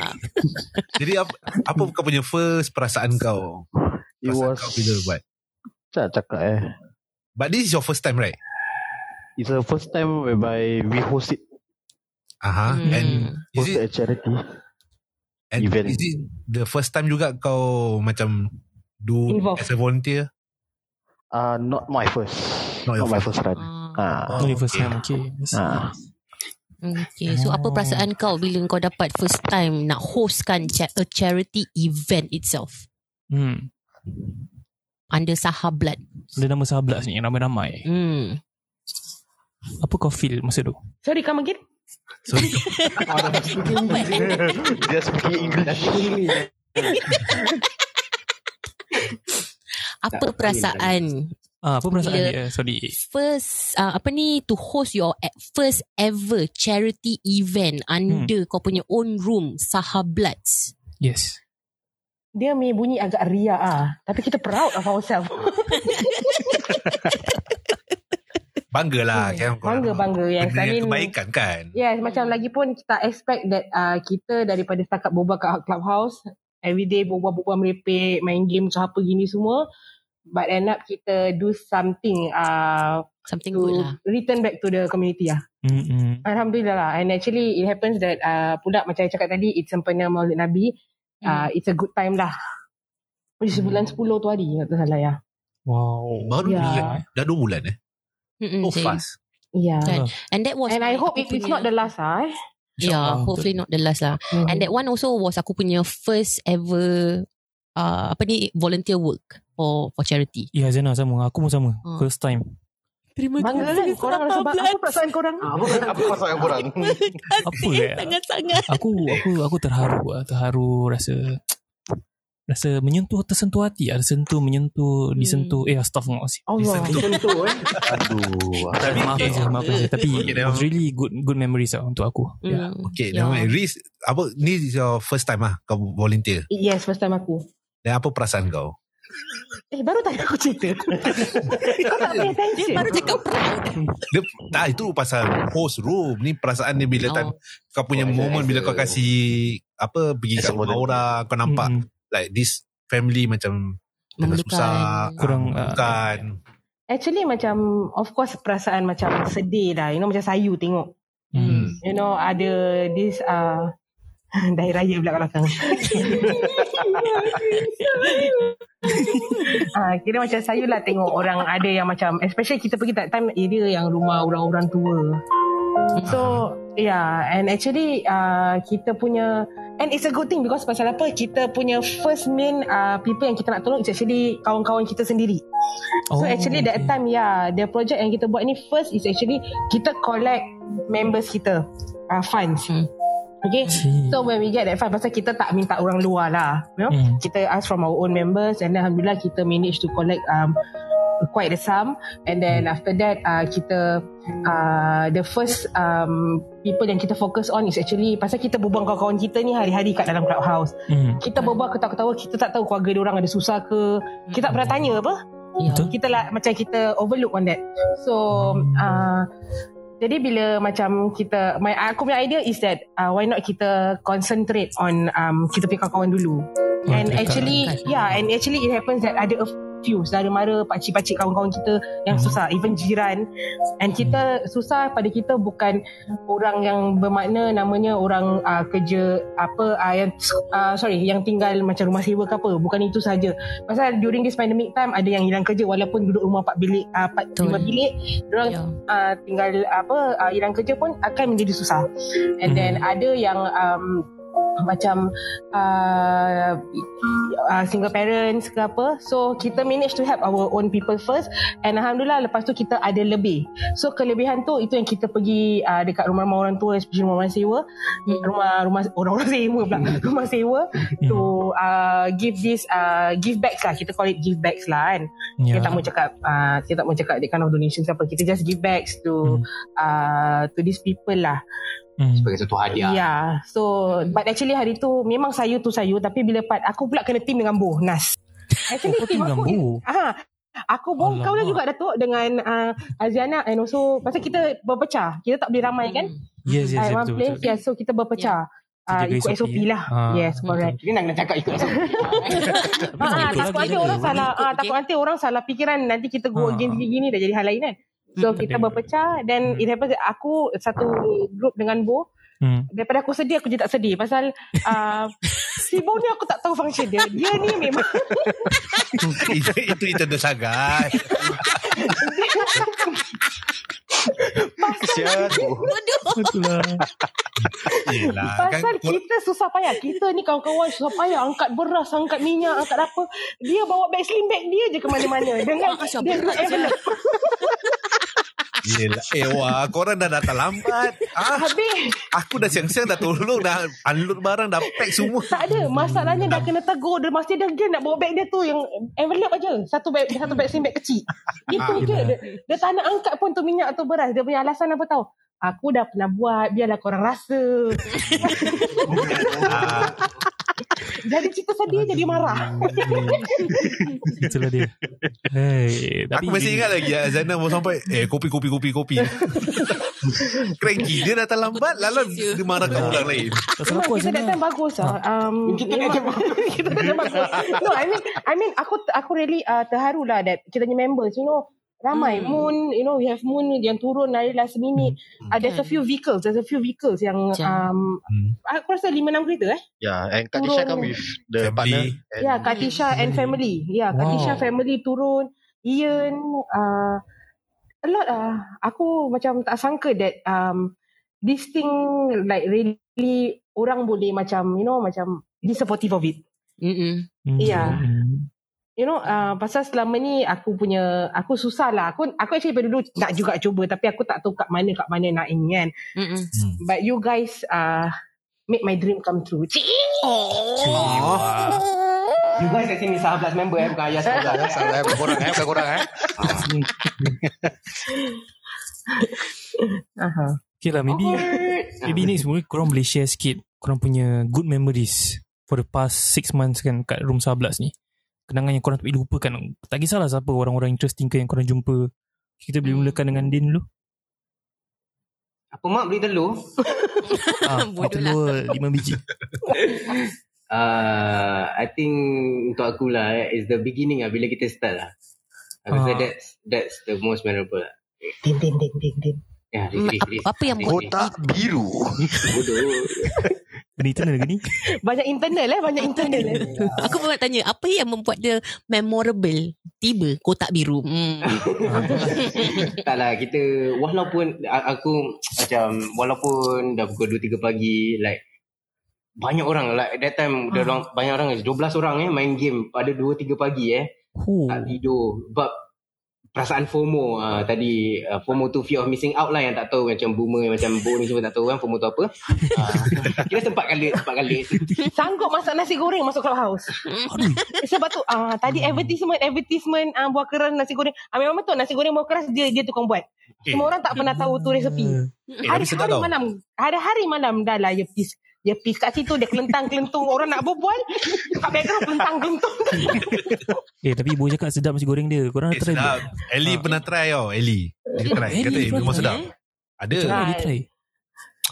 Jadi apa, apa kau punya first perasaan kau?
It
Perasaan
was...
kau bila buat?
Tak cakap eh.
But this is your first time, right?
It's the first time whereby we host it,
Aha.
Hmm.
Ah, And is
host
it
a charity.
and
event.
is it the first time juga kau macam do
Involved.
as a volunteer?
Uh, not my first.
Not your
Not my first run.
Ah,
Ah.
No, first time Okay
Ah.
Hmm, Okay, so apa perasaan kau bila kau dapat first time nak hostkan cha- a charity event itself
Hmm.
under Sahablat?
Ada nama sahabat ni Ramai-ramai
Hmm.
Apa kau feel masa tu
Sorry come again
Sorry.
Dia speaking English.
Apa
Tak,
perasaan
ah, Apa perasaan
Bila-
dia Sorry
first uh, apa ni to host your e- first ever charity event under kau punya own room Sahablat?
Yes
Dia may bunyi agak ria ah, Tapi kita proud of ourselves
Banggalah kan kau.
Bangga-bangga Yang
Benda
I
yang
mean,
kebaikan kan?
Yes,
Hmm.
macam lagi pun kita expect that uh, kita daripada setakat berbual kat clubhouse, everyday berbual-berbual merepek, main game ke apa gini semua. But end up kita do something uh,
Something good
to
lah.
return back to the community lah.
Mm-mm.
Alhamdulillah lah. And actually it happens that uh, pula macam saya cakap tadi, it's sempena maulid Nabi.
Hmm.
Uh, It's a good time lah. Di sebulan 10 tu hari, kalau tak salah ya.
Wow
Baru
Ya.
ni kan? Dah dua bulan eh?
Mm-mm,
Oh
same.
fast.
Yeah.
Kan? And that was
Ya. And I
aku
hope it, it's
punya-
not the last lah eh.
Yeah,
InsyaAllah.
hopefully not the last lah.
Hmm.
And that one also was aku punya first ever uh, apa ni volunteer work for for charity.
Ya Zena sama Aku pun sama
Ah.
First time
Terima
Bangga kan? Korang rasa ba- apa perasaan korang?
Apa pasal korang?
Apa eh
sangat-sangat.
Aku aku aku terharu lah. Terharu rasa rasa menyentuh tersentuh hati lah. Tersentuh menyentuh
Hmm.
disentuh eh astagfirullah
Allah,
Tentu eh.
Aduh.
Tapi maaf
okay.
eh,
Azil, maaf Azil. Tapi
Okay,
it
dah.
was really good good memories lah untuk aku. Yeah.
Mm.
Okay,
Yeah.
yeah. nama Riz, apa ni is your first time ah kau volunteer.
Yes, first time aku.
Dan apa perasaan kau?
Eh baru tadi aku cerita Kau tak pay attention
Baru cakap proud.
Dia, tak, itu pasal host room. Ni perasaan dia bila
Oh.
time kau punya
Oh,
moment bila kau
yeah.
kasih apa pergi
As
kat
a
rumah
volunteer.
orang, kau nampak
Mm-mm.
like this family macam tengah
Memerlukan.
susah,
Kurang,
ah, bukan.
Actually macam Of course perasaan macam sedih dah You know macam sayu tengok
Hmm.
You know ada this uh, Dari raya pula belakang uh, Kira macam sayu lah tengok orang ada yang macam Especially kita pergi tak time area yang rumah orang-orang tua So yeah and actually uh, kita punya and it's a good thing because pasal apa kita punya first main uh, people yang kita nak tolong is actually kawan-kawan kita sendiri. So actually that time yeah the project yang kita buat ni first is actually kita collect members kita uh, funds.
Hmm.
Okay. So when we get that fund pasal kita tak minta orang luar lah. You know?
Hmm.
Kita ask from our own members and then alhamdulillah kita manage to collect um quite a sum and then after that uh, kita uh, the first um, people yang kita focus on is actually pasal kita berbual dengan kawan-kawan kita ni hari-hari kat dalam clubhouse
Hmm.
kita berbual ketawa-ketawa kita tak tahu keluarga dia orang ada susah ke kita tak
Hmm.
pernah tanya apa
Yeah.
Betul.
kita lah macam kita overlook on that so
Hmm.
uh, jadi bila macam kita my aku punya idea is that uh, why not kita concentrate on um, kita punya kawan-kawan dulu
Ah,
and
dekat-
actually
dekat.
yeah and actually it happens that ada a few saudara mara, pakcik-pakcik kawan-kawan kita
Hmm.
yang susah, even jiran. And kita susah pada kita bukan orang yang bermakna namanya orang uh, kerja apa uh, yang uh, sorry, yang tinggal macam rumah sewa ke apa. Bukan itu saja. Pasal during this pandemic time ada yang hilang kerja walaupun duduk rumah 4 bilik, uh, 4
Betul.
5 bilik, orang
Ya.
uh, tinggal apa uh, hilang kerja pun akan menjadi susah. And then ada yang um, macam uh, uh, single parents ke apa so kita manage to help our own people first and Alhamdulillah lepas tu kita ada lebih so kelebihan tu itu yang kita pergi uh, dekat rumah-rumah orang tua especially rumah orang sewa rumah rumah orang-orang sewa pula rumah sewa to uh, give this uh, give backs lah kita call it give backs lah kan
Ya.
kita tak mau cakap uh, kita tak mau cakap that kind of donations apa kita just give backs to
Hmm.
uh, to these people lah
Sebagai satu hadiah.
Ya.
Yeah. yeah. So but actually hari tu memang sayu tu sayu tapi bila part aku pula kena team dengan Bo Nas. Actually
Oh, kau team dengan
aku-
Bo?
Ah, Aku Bo kau lagi juga Datuk dengan uh, Aziana and also pasal kita berpecah. Kita tak boleh ramai kan?
Hmm. Yes, yes, yes
At one
betul,
place.
betul.
Yeah, so kita berpecah.
Kita
Ah,
jaga
ikut SOP,
SOP,
lah.
ah.
Yes, correct.
Kita nak kena cakap ikut lah asal.
Tapi
Ah,
betul lah
takut nanti
kita.
orang salah
Ikut,
ah,
okay.
takut nanti orang salah fikiran nanti kita go
Ah.
against gini dah jadi hal lain kan. So kita
Tapi-
berpecah then it happens that aku satu group dengan Bo
Hmm.
daripada aku sedih aku je tak sedih pasal uh, si Bo ni aku tak tahu function dia dia ni memang
itu, itu itu tersagai.
Kesian.
Betul lah.
Yelah, kan,
pasal kita susah payah kita ni kawan-kawan susah payah angkat beras angkat minyak angkat apa dia bawa bag sling bag dia je ke mana-mana dengan
Wah, asyik
dengan
berat je.
envelope
yelah. Eh, wah, korang dah datang lambat. Ah,
habis
aku dah siang-siang dah tolong, dah unload barang, dah pack semua.
tak ada masalahnya dah kena tegur dia mesti dia dia nak bawa beg dia tu yang envelope aja satu beg satu beg sling beg kecil itu je dia, dia tak nak angkat pun tu minyak tu beras dia punya alasan apa tahu aku dah pernah buat biarlah korang rasa
Ah,
jadi cerita sedih jadi marah
Itulah dia. Hey, tapi
aku masih ingat lagi Azana mau sampai Eh kopi kopi kopi kopi Cranky Dia datang lambat Lalu dia marah kat orang lain
Pasal
Memang
aku
kita that
Azana.
time bagus
Ha.
lah um,
Kita that
memang-
time
Kita that time bagus No I mean I mean aku aku really uh, terharu lah That kita punya members You know Ramai
Hmm.
Moon You know we have Moon Yang turun dari last minute uh, There's a few vehicles There's a few vehicles Yang
Macam.
um,
Hmm.
Aku rasa 5-6 kereta eh
Yeah, Ya, and Katisha
Turun.
come with the partner.
Family
And
Ya, Katisha and family. Ya,
Wow.
Katisha family turun. Ian, uh, a lot lah. Aku macam tak sangka that um, this thing like really orang boleh macam, you know, macam be supportive of it.
Mm-mm.
Hmm.
Ya.
Hmm.
You know, uh, pasal selama ni aku punya, aku susah lah. Aku, aku actually dari dulu nak juga cuba tapi aku tak tahu kat mana, kat mana nak ini kan.
Mm-mm.
But you guys uh, make my dream come true. Cik!
Oh
You guys kat sini sahabat member eh. Bukan ayah sahabat.
Salah, salah. Bukan korang eh. Bukan korang eh.
Uh-huh.
Okay lah, maybe maybe next week korang boleh share sikit korang punya good memories for the past 6 months kan kat room 11 ni. Kenangan yang korang tak boleh lupakan. Tak kisahlah siapa orang-orang interesting ke yang korang jumpa. Kita boleh mulakan dengan Din dulu.
Apa mak beli telur?
Ah,
Bodoh
lah.
telur 5 biji.
Uh, I think untuk akulah eh, is the beginning lah. Bila kita start lah. Aku rasa
Ah.
that's, that's the most memorable lah.
Din, din, din, din, din.
Ya,
Mm, apa- apa yang buat-
Kotak biru.
Bodoh.
Benda itu nak ni.
Banyak internal eh, banyak internal eh.
Aku pun nak tanya Apa yang membuat dia Memorable Tiba Kotak biru hmm.
tak lah kita walaupun a- aku macam walaupun dah pukul 2 3 pagi like banyak orang lah. like that
Ah.
time dia orang banyak orang 12 orang eh main game pada 2 3 pagi eh
Huh.
tak tidur sebab perasaan FOMO uh, tadi uh, FOMO tu fear of missing out lah yang tak tahu macam boomer macam bo ni semua tak tahu kan FOMO tu apa uh, kira sempat kali sempat kali
Sanggup masak nasi goreng masuk clubhouse.
Hmm.
Sebab tu ah tadi advertisement advertisement ah, buah keras nasi goreng. Ah, memang betul nasi goreng buah keras dia dia tukang buat.
Eh.
Semua orang tak pernah tahu tu resepi.
Eh tapi sedap
Hari-hari
tau
malam hari-hari malam dah lah ya pis. Ya pis kat situ dia kelentang-kelentung orang nak berbual. Kat background kelentang-kelentung.
Eh tapi Bo cakap sedap nasi goreng dia. Korang nak
Eh
try
sedap
tak?
Ellie pernah try tau Ellie Dia try
Ellie
Kata eh
pernah
memang
try,
sedap Ada
Korang
Try.
boleh try.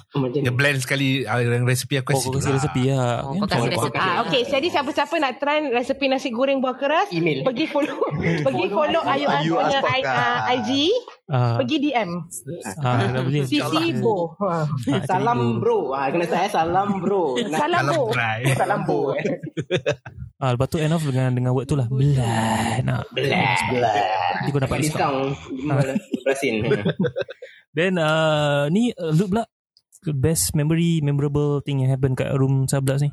Macam
Dia blend sekali ah, dengan resepi aku
Oh, kau kasi resepi lah.
Oh, kau kasi resepi.
Ah, okay, jadi siapa-siapa nak try resepi nasi goreng buah keras,
Email.
pergi follow pergi follow Ayu As
Ayu As
punya I-
Podcast.
ah, IG,
Ah,
pergi DM.
ah, dah boleh.
CC Bo. Ha.
Ah,
Salam bro. Ah, kena saya salam bro. Nak-
Salam
Salam
Bo.
Oh.
try.
Salam bro. eh.
Ah, lepas tu end off dengan dengan word tu lah. Belat. Nah.
Belah. Belah.
Nanti kau dapat
Dapat
discount.
discount 15%.
Then uh, ni uh, lu pula best memory memorable thing yang happen kat room Sablaz ni.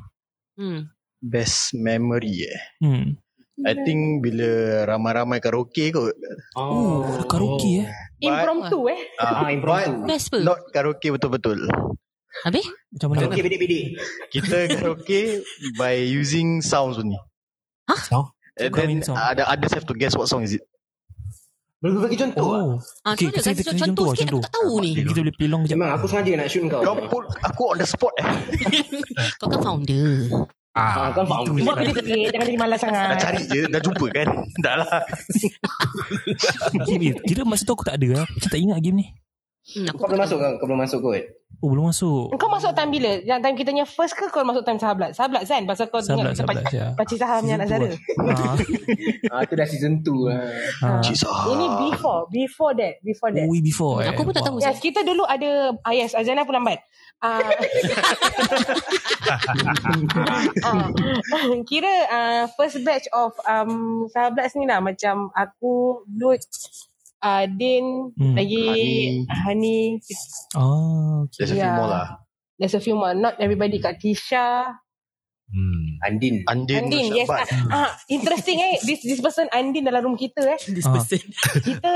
Hmm.
Best memory eh.
Hmm.
I think bila ramai-ramai karaoke kot.
Oh, karaoke eh.
Impromptu eh.
Ah, impromptu.
Best pun.
Not karaoke betul-betul.
Habis?
Macam mana?
Karaoke bedek-bedek.
Kita karaoke by using sounds only.
Oh.
Sound?
And
Kau main
then
sound.
ada others have to guess what song is it.
Boleh bagi contoh. ah?
Oh.
Ah,
Okay,
okay,
kasi
kasi
kita
contoh, contoh
contoh,
sikit
contoh.
aku tak tahu ni.
Kita boleh play long kejap.
Memang aku sengaja nak shoot
Oh.
kau.
Kau put aku on the spot eh.
Kau kan founder.
Ah,
Ah, kau faham.
Buat kerja sikit, jangan jadi malas
Dah
sangat.
cari je, dah jumpa kan. Dah lah.
Game ni, Kira masa tu aku tak ada lah. Macam tak ingat game ni.
Hmm, aku
Kau belum masuk kan? Kau belum masuk kot.
Oh belum masuk.
Kau masuk time bila? Yang time kitanya first ke kau masuk time sahablat? Sahablat kan? Pasal kau
Sablaz,
ingat
Sablaz ya.
pakcik sahamnya anak Zara.
Ah,
Ah, tu dah season 2 lah.
ah.
Ini lah. before, before that, before that.
Way before eh.
Aku pun tak tahu.
Yes, kita dulu ada ah, yes, Azana pun lambat. Ah. Ah, kira ah, first batch of um sahabat ni lah macam aku Lut uh, Din
Hmm.
lagi Hani
Ah, okay.
There's a few
Yeah.
more lah.
there's a few more not everybody kat Tisha
hmm.
Andin.
Andin,
Andin, yes.
Syabat.
ah interesting eh this this person Andin dalam room kita eh
This person.
kita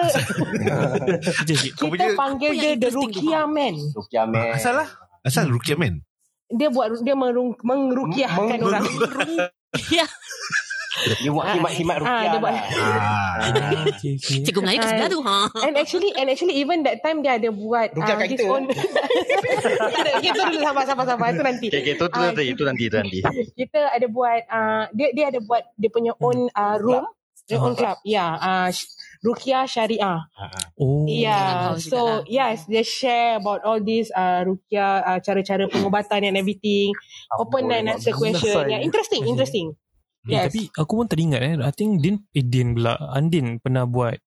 Kejap sikit.
Kau
kita
punya-
panggil
Apa yang
dia The
interesting tu,
Rukia man
Rukia
Eh.
Man.
Asal lah. Asal Rukia Man.
dia buat dia merung, mengrukiahkan orang
Ya.
Dia buat
Ah,
himat-himat Rukia
dia buat-
lah.
Ah.
Ah, okay, okay.
Cikgu Melayu kat
Hai.
sebelah tu. Ha.
And actually And actually even that time Dia ada buat
Rujak kat
his
kita.
own- Tak ada Kita dulu sabar sabar sabar Itu nanti
Okay, okay, itu, itu,
Ah,
nanti, itu nanti, itu nanti.
Kita ada buat uh, Dia dia ada buat Dia punya own uh, room Dia own club Ya yeah, uh, Rukia Syariah
Oh.
Yeah
Dalam house
So
juga lah.
yes Dia share about all this uh, Rukia uh, Cara-cara pengobatan and everything Open and
lah.
lah.
answer question yeah, Interesting Interesting
Eh,
Yes.
Tapi aku pun teringat eh. I think Din, eh Din pula. Andin pernah buat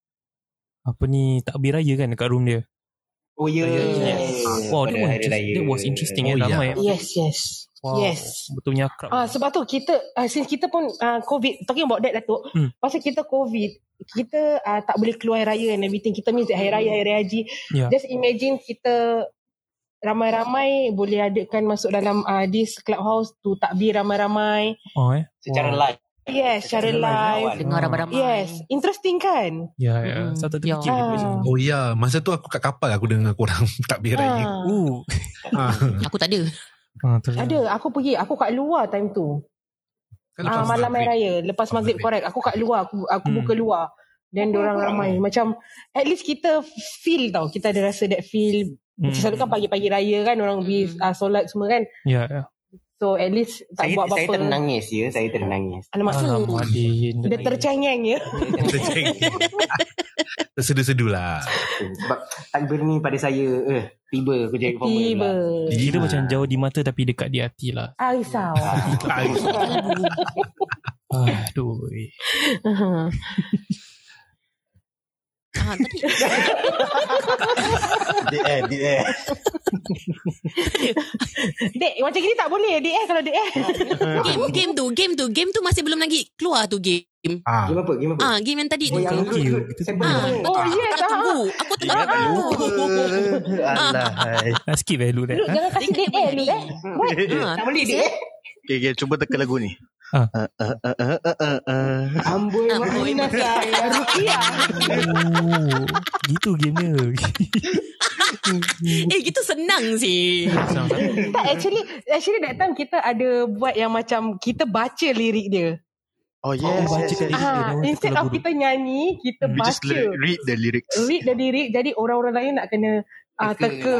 apa ni takbir raya kan dekat room dia. Ah,
Oh, ya.
Yes.
Wow, that,
Pada
was,
hari
interest,
raya. ya.
that was interesting eh.
Oh,
Lama eh.
Yes yes
Wow.
Yes
Betulnya akrab.
Ah sebab tu kita uh, since kita pun uh, COVID talking about that Datuk.
Hmm.
Hmm. Pasal kita COVID, kita uh, tak boleh keluar hari raya and everything. Kita miss that hari raya, hari raya haji.
Yeah.
Just imagine kita ramai-ramai boleh adakan masuk dalam uh, this clubhouse tu takbir ramai-ramai.
oh, eh.
Secara
Wow.
live.
Yes, secara
Secara
live.
live.
Dengar
Ah.
ramai-ramai.
Yes, interesting kan?
Ya, ya.
Mm-mm.
Saya tak
Ya.
terfikir.
Ah.
Oh ya, masa tu aku kat kapal aku dengar korang takbir raya.
Ah.
Uh.
Ah.
Aku tak ada.
Ah, terus.
Ada, aku pergi, aku kat luar time tu.
Kan
Ah
lepas
malam
maghrib.
hari raya lepas maghrib
Maghrib.
correct. Aku kat luar, aku aku
Hmm.
buka luar. Dan orang ramai macam at least kita feel tau. Kita ada rasa that feel.
Mm.
Macam selalu kan pagi-pagi raya kan orang pergi
Hmm.
uh, solat semua kan.
Ya, ya.
So at least tak
Saya,
buat
saya
apa-apa.
ternangis ya. Saya ternangis.
Alamak.
Alamak, Din.
Dia tercengeng ya.
Tersedu-sedu lah.
Sebab takbir ni pada saya. Eh, tiba aku jadi performer.
Tiba.
pula.
Kira macam jauh di mata tapi dekat di hati lah.
Ah, risau.
Aduh. eh.
Ah, tadi
Did eh, did eh.
Dek, macam gini tak boleh. Dek eh kalau dek eh.
game game tu, game tu, game tu masih belum lagi keluar tu game.
Ah.
Game apa? Game apa?
Ah, game yang tadi tu.
Oh, yang
Thank you.
Ah,
Oh,
aku
yes,
tak
ah.
tunggu. Aku tengah
Ingat
tunggu.
lupa. Alah. hai.
Nak skip eh lu
Lu
that.
jangan kasih dek eh. Lu eh.
Ah,
Tak boleh dek.
Okay, okay, cuba teka lagu ni.
Ah.
Eh, eh, eh, eh, eh, eh, eh.
Amboi
Amboi.
Marina saya. Rukia.
Oh, gitu game dia.
Eh, gitu senang sih.
Tak actually actually that time kita ada buat yang macam kita baca lirik dia.
Oh, yes.
Oh, baca
yes,
kat
Eh,
lirik. dia
yes.
Ah,
orang
instead
tukar
of
lagu.
kita nyanyi, kita
We just
Ah, baca.
le- read the lyrics.
Read the lyric. Jadi orang-orang lain nak kena uh, teka.
lagu.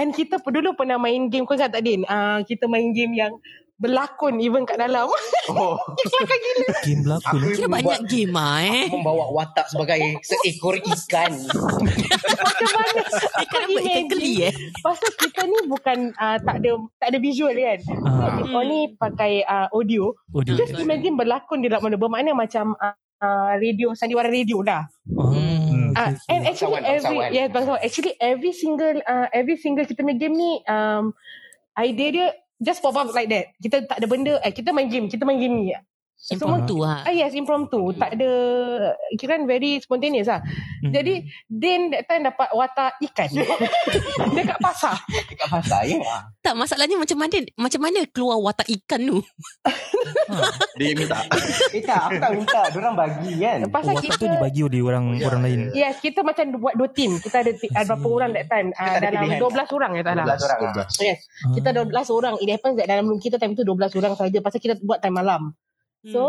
And kita pe- dulu pernah Ah, main game. Kau ingat tak Din? Uh, kita main game yang berlakon even kat dalam.
Oh.
Kelakar gila.
Game berlakon.
Aku Kira banyak game ah eh.
Aku membawa watak sebagai seekor ikan.
Macam mana?
Ikan apa?
Imagine.
Ikan keli eh.
Pasal kita ni bukan uh, tak ada tak ada visual kan. So,
Ah.
Kita ni pakai uh, audio.
Audio.
Just imagine berlakon di dalam mana. Bermakna macam uh, uh, radio, sandiwara radio lah.
Hmm.
Uh, and actually
Bangsawan,
every
bangsawan.
yeah bangsawan. Actually every single uh, every single kita punya game ni um, idea dia just pop up like that. Kita tak ada benda eh kita main game, kita main game ni. Semua
Impromptu ah.
Ah yes, impromptu. Tak ada kira very spontaneous lah.
Hmm.
Jadi Din that time dapat watak ikan dekat pasar.
Dekat pasar ya.
Tak masalahnya macam mana macam mana keluar watak ikan tu?
Dia minta
Eh tak, aku tak minta. Diorang bagi kan.
Pasal
Watak Oh, tu
kita
dibagi oleh orang
Ya,
orang lain.
Yes, kita macam buat dua team. Kita ada, ada berapa orang that time? Uh,
Kita ada
dalam
pilihan.
12 orang ya tak salah.
lah,
12 orang. ah.
12.
Yes. Kita 12 orang. It happens that dalam room kita time tu 12 orang saja pasal kita buat time malam. So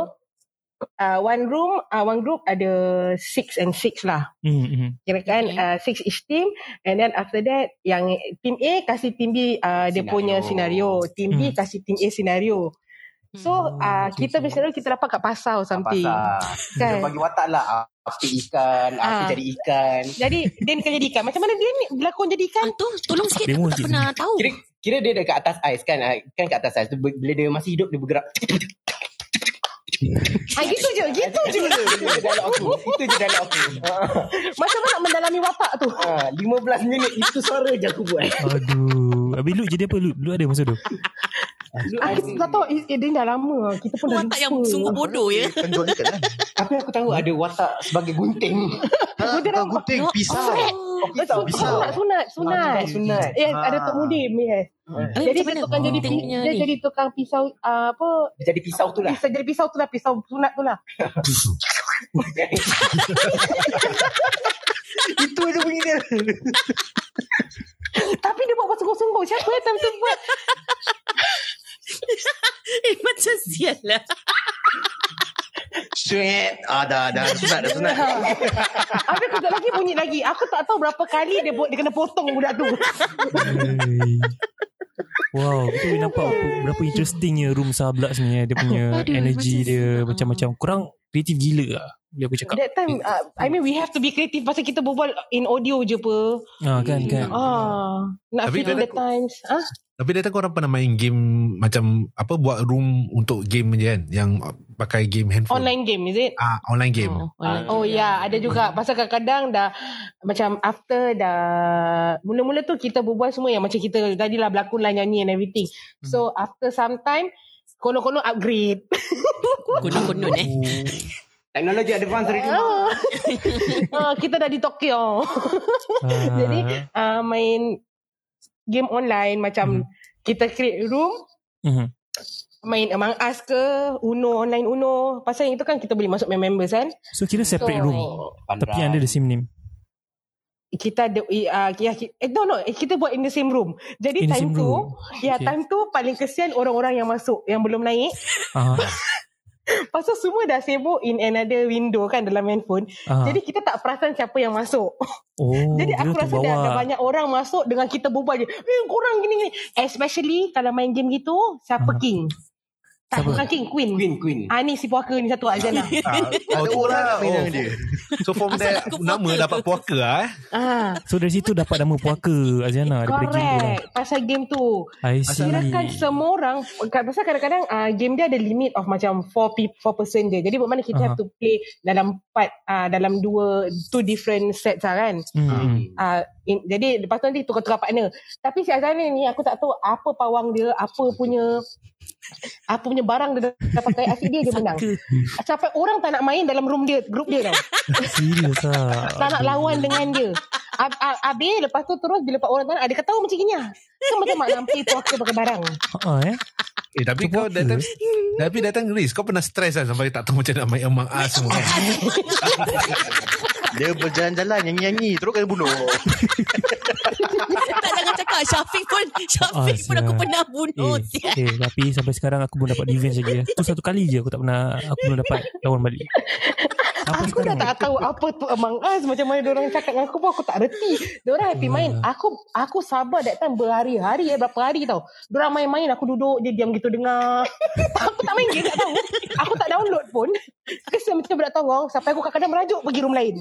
uh, one room, uh, one group ada six and six lah.
Hmm, hmm.
Kira kan
Okay.
uh, six each team and then after that yang team A kasih team B uh, dia
Scenario.
punya scenario. Team B
Hmm.
kasih team A scenario. So
Hmm.
Oh,
uh, kita misalnya kita dapat kat pasar or something.
Pasar.
Kan.
Dia bagi watak lah. Aku ikan, aku
Ah.
jadi ikan.
Jadi Din kena jadi ikan. Macam mana Din ni berlakon jadi ikan?
Ah, tu tolong sikit
Demo
aku tak
sikit.
pernah tahu. Oh.
Kira kira dia dekat atas ais kan. ah, Kan kat atas ais tu bila dia masih hidup dia bergerak.
Ah, gitu je, gitu je.
Itu je dalam aku. Itu je dalam aku.
Macam mana nak mendalami watak tu?
Ah, 15 minit itu suara je aku buat.
Aduh. Habis Lut jadi apa? Lut, Lut ada masa tu?
Ah, kita tak tahu, eh, eh, Din dah lama. Kita pun dah
Watak yang
lupa. Eh,
sungguh bodoh ya.
penjual ikan kan.
Tapi aku tahu ada watak sebagai gunting.
Tak, tak gunting, pisau.
Eh,
Betul,
Pisau.
sunat, sunat, sunat.
Ah, sunat.
Yes,
Ah.
Eh, ada Tok Mudim, yes.
Habis
Jadi
macam
dia
mana?
tukang jadi
Dia
pi-
punya
dia
ni.
jadi tukang pisau ah, apa?
Dia Jadi pisau tu lah.
Pisau jadi pisau tu lah, pisau sunat tu lah.
Itu ada bunyi dia.
Tapi dia buat sungguh-sungguh. Siapa yang time tu buat?
Eh, macam sial lah.
Suet. Ah dah dah sunat dah sunat.
Habis kejap lagi bunyi lagi. Aku tak tahu berapa kali dia buat dia kena potong budak tu.
Hey. Wow, kita boleh nampak apa- berapa interestingnya room Sablak sebenarnya. Dia punya
Aduh,
energy
macam-
dia macam-macam kurang kreatif gila lah. Dia aku cakap.
That time, ah, I mean we have to be creative pasal kita berbual in audio je apa.
Ah, kan kan.
Ah, nak
Tapi
fit in
dia
the times. Ah,
Tapi dia tahu korang pernah main game macam apa buat room untuk game je kan yang uh, pakai game handphone.
online game is it?
Ah online game.
Oh,
Oh ya, yeah, ada juga. Pasal kadang-kadang dah macam after dah mula-mula tu kita berbual semua yang macam kita tadi lah berlakon lah nyanyi and everything.
Hmm.
So after some time konon-konon upgrade.
Konon-konon eh.
Teknologi advance already.
Ah. Ah, kita dah di
Ah.
Tokyo. Oh, Jadi ah, main game online
Hmm.
macam kita create room
Mhm.
main Among Us ke Uno online Uno pasal yang itu kan kita boleh masuk main members kan
So kira separate room. Tapi under the same name.
kita ada uh, ya, ki- eh, no no eh, kita buat in the same room
In
jadi
the
time
same
tu
room.
ya
Okay.
time tu paling kesian orang-orang yang masuk yang belum naik
Ah,
pasal semua dah sibuk in another window kan dalam handphone
ah.
jadi kita tak perasan siapa yang masuk
oh,
Jadi aku
kira tu
rasa dah ada banyak orang masuk dengan kita berbual je. Eh korang gini gini. Especially kalau main game gitu, siapa
Aha.
king? Tak
Ah. Siapa?
bukan king, queen.
Queen, queen.
Ah ni si puaka ni satu Azana.
Ah,
Ada orang nak main dengan
oh.
dia.
So from
Asal
there
aku
nama
puaka.
dapat puaka ah. eh.
ah,
So dari situ dapat nama puaka Aziana daripada game tu lah.
correct. Pasal game tu.
I see.
Kirakan semua orang pasal kadang-kadang uh, game dia ada limit of macam 4 people, 4 person je. Jadi bermakna kita
Aha.
have to play dalam part uh, dalam dua two different sets lah kan.
Hmm.
Uh, in, jadi lepas tu nanti tukar-tukar partner. Tapi si Azana ni aku tak tahu apa pawang dia, apa punya apa punya barang dia dah pakai asyik dia dia menang. Sampai orang tak nak main dalam room dia, group dia tau.
Serius lah.
Tak nak lawan dengan dia. Ab- ab- Habis lepas tu terus bila orang tak nak dia kata oh macam gini ah. Kan macam mak nampi tu aku pakai barang.
Ah, eh?
Eh tapi
Tu
kau
puaka.
datang tapi datang risk kau pernah stress kan sampai tak tahu macam nak main Among Us semua. kan?
Dia berjalan-jalan nyanyi-nyanyi. Terus kena bunuh.
tak jangan cakap Syafiq pun Syafiq
Ah,
pun aku
sial.
pernah bunuh
Oh,
Eh,
sial.
eh, tapi eh. sampai sekarang aku belum dapat revenge lagi. ya. Tu satu kali je aku tak pernah aku belum dapat lawan balik.
aku dah tak tahu apa tu Among Us macam mana orang cakap dengan aku pun aku tak reti. Orang
Ya.
happy main. Aku aku sabar that time berhari-hari eh berapa hari tau. Orang main-main aku duduk je diam gitu dengar. aku tak main game tak tahu. Aku tak download pun. Kesian macam budak tongong sampai aku kadang-kadang merajuk pergi room lain.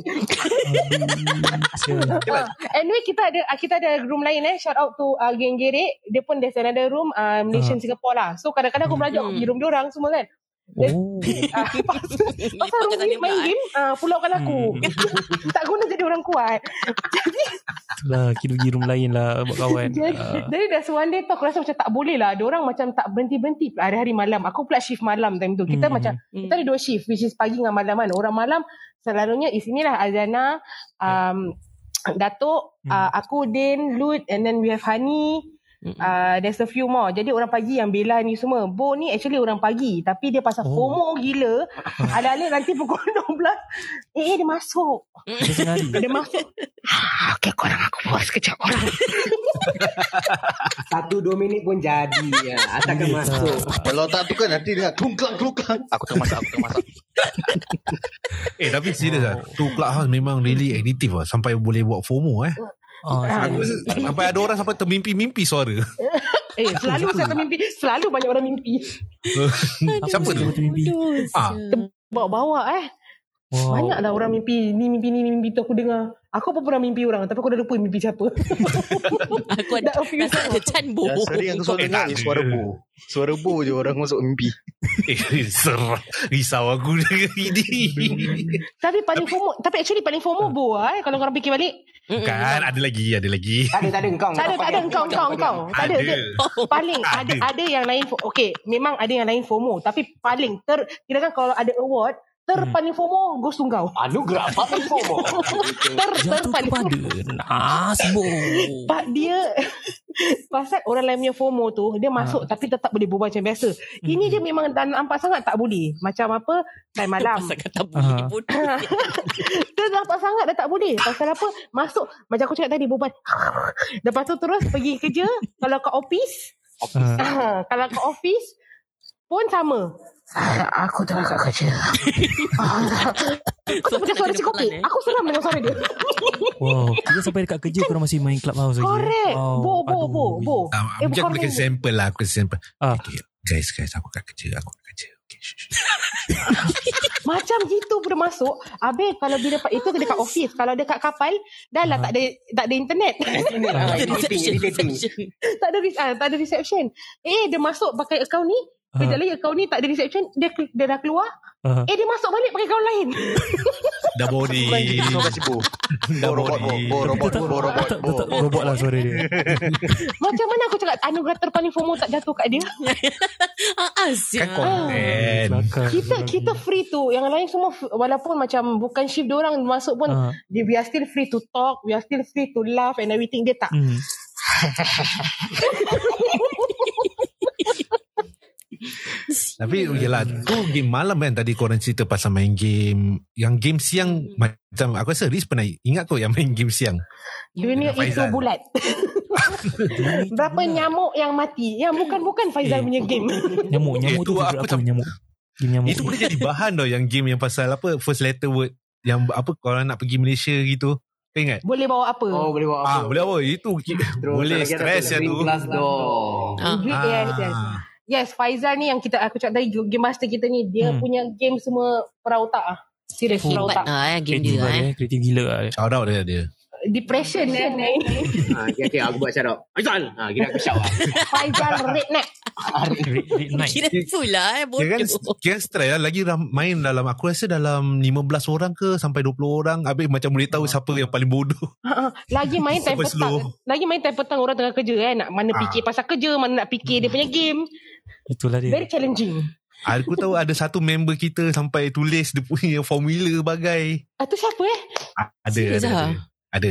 Ah, anyway kita ada ah, kita ada room lain eh shout out to uh, Geng Gerek dia pun there's another room uh, Malaysian
Ah.
Singapore lah so kadang-kadang aku merajuk pergi room diorang semua kan
Oh.
Ah, pasal pasal room ni main game uh, pulaukan aku tak guna jadi orang kuat
Itulah Kita pergi room lain lah Buat kawan
jadi,
Ah.
jadi dah one day tu aku rasa macam tak boleh lah diorang macam tak berhenti-berhenti hari-hari malam aku pula shift malam time tu kita
Hmm.
macam kita ada dua shift which is pagi dengan malam kan orang malam selalunya isinilah Azana um, Datuk
Hmm.
uh, aku Din Lut and then we have Hani
Hmm.
Uh, there's a few more Jadi orang pagi yang Bella ni semua Bo ni actually orang pagi Tapi dia pasal
Oh.
FOMO gila Alih-alih nanti pukul 12 Eh eh, dia masuk
Kita tengah hari
Dia masuk Okay korang aku puas kejap korang
Satu dua minit pun jadi ya. Asalkan
Yes.
masuk
ah.
Kalau tak tu kan nanti dia tungklang tungklang. Aku tengah masak, aku tengah masak.
Eh tapi serius lah Tu clubhouse memang really addictive lah Sampai boleh buat FOMO
Oh.
eh
Ah,
Aku rasa sampai ada orang sampai termimpi-mimpi suara
Eh selalu saya mimpi Selalu banyak orang mimpi
Siapa tu? Ah,
Bawa-bawa eh
Wow.
Banyak lah orang mimpi Ni mimpi ni, ni mimpi tu aku dengar Aku pun pernah mimpi orang Tapi aku dah lupa mimpi siapa
Aku ada
Dah a few
rasa ada Chan Bo.
Yang sering Ya, aku selalu
Eh,
dengar
tak
ni
ada.
suara bu. Suara bu je orang masuk mimpi.
Eh serah Risau aku dengan ini
Tapi paling FOMO Tapi actually paling FOMO Bo lah eh Kalau korang fikir balik
Kan ada lagi Ada lagi
Tak ada tak ada engkau
Tak
engkau
ada, tak ada
pakai.
engkau, engkau, engkau. Tak ada.
Ada.
dia- Paling ada
Ada.
ada yang lain fo- okay, memang ada yang lain FOMO tapi paling ter kira kan kalau ada award ter paling FOMO Ghost Tunggau.
Anugerah paling FOMO
Ter ter
Jatuh
paling
kepada Nas Bo
Pak dia Pasal orang lain punya FOMO tu Dia masuk tapi tetap boleh berbual macam biasa Ini dia memang dah nampak sangat tak boleh Macam apa Time malam
Pasal kata boleh
Ah.
bodoh.
Dia nampak sangat dah tak boleh Pasal apa Masuk Macam aku cakap tadi berbual Lepas tu terus pergi kerja Kalau ke office
Ah.
Kalau ke office Pun sama Ah, Aku tengah kat kerja Aku tak macam suara cikopik Aku seram dengan suara dia
Wow Kita sampai dekat kerja Korang masih main clubhouse lagi
Correct
Wow.
Bo bo
Oh, Aduh.
bo bo
Ah,
Eh,
Mungkin aku
bukan
boleh kasi
main.
sample lah Aku kasi sample
Ah.
okay, Guys guys Aku kat kerja Aku kat kerja okay, shh, shh.
Macam gitu pun masuk. Habis kalau bila itu dekat office, kalau dekat kapal, dah lah tak ada tak ada internet.
Ini lah
Ada
Editing
reception,
editing
reception.
tak ada re- ah, tak ada reception. Eh dia masuk pakai akaun ni, kejap lagi akaun ni tak ada reception, dia ke- dia dah keluar.
Ah.
Eh dia masuk balik pakai akaun lain.
Dah boring
Lain kita kau kasi bu.
Eh. Dah
Bo robot, bo,
boring
bo robot,
Tetap-
bo robot,
tetap-
bo.
tetap
Eh,
Robot lah suara dia
Macam mana aku cakap anugerah terpaling FOMO tak jatuh kat dia?
Ah, Asia.
Kan konten
Kelakar.
eh, Kita kita free tu. Yang lain semua f- walaupun macam bukan shift dia orang masuk pun
Ah.
dia we are still free to talk, we are still free to laugh and everything dia tak.
Hmm.
Tapi yelah Tu game malam kan Tadi korang cerita pasal main game Yang game siang Macam aku rasa Riz pernah ingat kot Yang main game siang Dengan
Dunia itu
Faizal.
bulat. Berapa nyamuk yang mati? Yang bukan-bukan Faizal
Eh.
punya game.
Nyamuk
Eh,
Nyamuk tu
tu
favourite
aku
aku
tak-
Nyamuk Game nyamuk
Itu boleh jadi bahan tau Yang game yang pasal apa First letter word Yang apa Korang nak pergi Malaysia gitu Kau ingat
Boleh bawa apa?
Oh boleh buat apa
Ah, boleh apa Itu ki-
Terus
boleh
lagi ada
stress
tu
yang tu
Glass door
Ah.
Duit, Yes, yes. Yes, Faizal ni yang kita aku cakap tadi game master kita ni dia
Hmm.
punya game semua perawtak ah. Serius
Oh.
Hebat
perawtak.
lah eh, game
Kreatif
dia
lah
eh.
eh Kreatif gila lah dia.
Shout out dia, dia.
Depression kan.
Ah, Okay okay aku buat syarat Aizan ah, Kira aku shout lah
Faizal redneck.
Red, red night
Kira pula eh, bodoh.
Dia kan, dia kan stress lah. Lagi ram, main dalam, aku rasa dalam 15 orang ke sampai 20 orang. Habis macam boleh tahu siapa yang paling bodoh.
Lagi main time
Super slow.
petang. Lagi main time petang orang tengah kerja eh. Nak mana
Ah.
fikir pasal kerja, mana nak fikir dia punya game.
Itulah dia
Very challenging.
Aku tahu ada satu member kita sampai tulis dia punya formula bagai.
Ah, tu siapa eh?
Ah, Ada,
Serius
ada, ada.
ah?
Ada.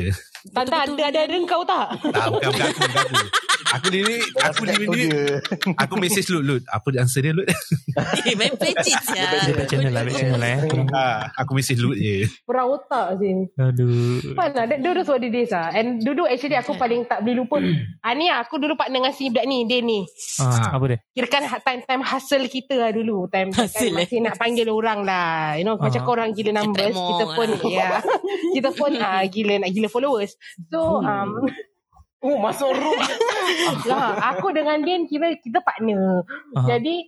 Tanda ada ada ada kau tak?
Tak, bukan, bukan aku, bukan aku. Aku diri, aku
Aku
diri,
dia.
aku message Lut, Lut. Apa answer dia, Lut?
Eh, main plecic ya.
Dia back channel lah, back channel lah eh.
Ah, aku mesti loot je.
Perang otak Zin.
Aduh.
Fun lah. That, those were the days lah. And dulu actually aku paling tak boleh lupa. ah, ni lah, aku dulu partner dengan si budak ni. Dia ni.
Ah, apa dia?
Kirakan ha- time-time hustle kita lah dulu. Time, time
Hustle, eh?
masih nak panggil orang lah. You know,
Ah.
macam korang gila numbers.
Kita
Kita
more lah.
pun, ya. Kita pun ah, gila nak gila followers.
Hmm.
So, um,
Oh, masuk room.
lah, aku dengan Din kira kita partner.
Aha.
Jadi,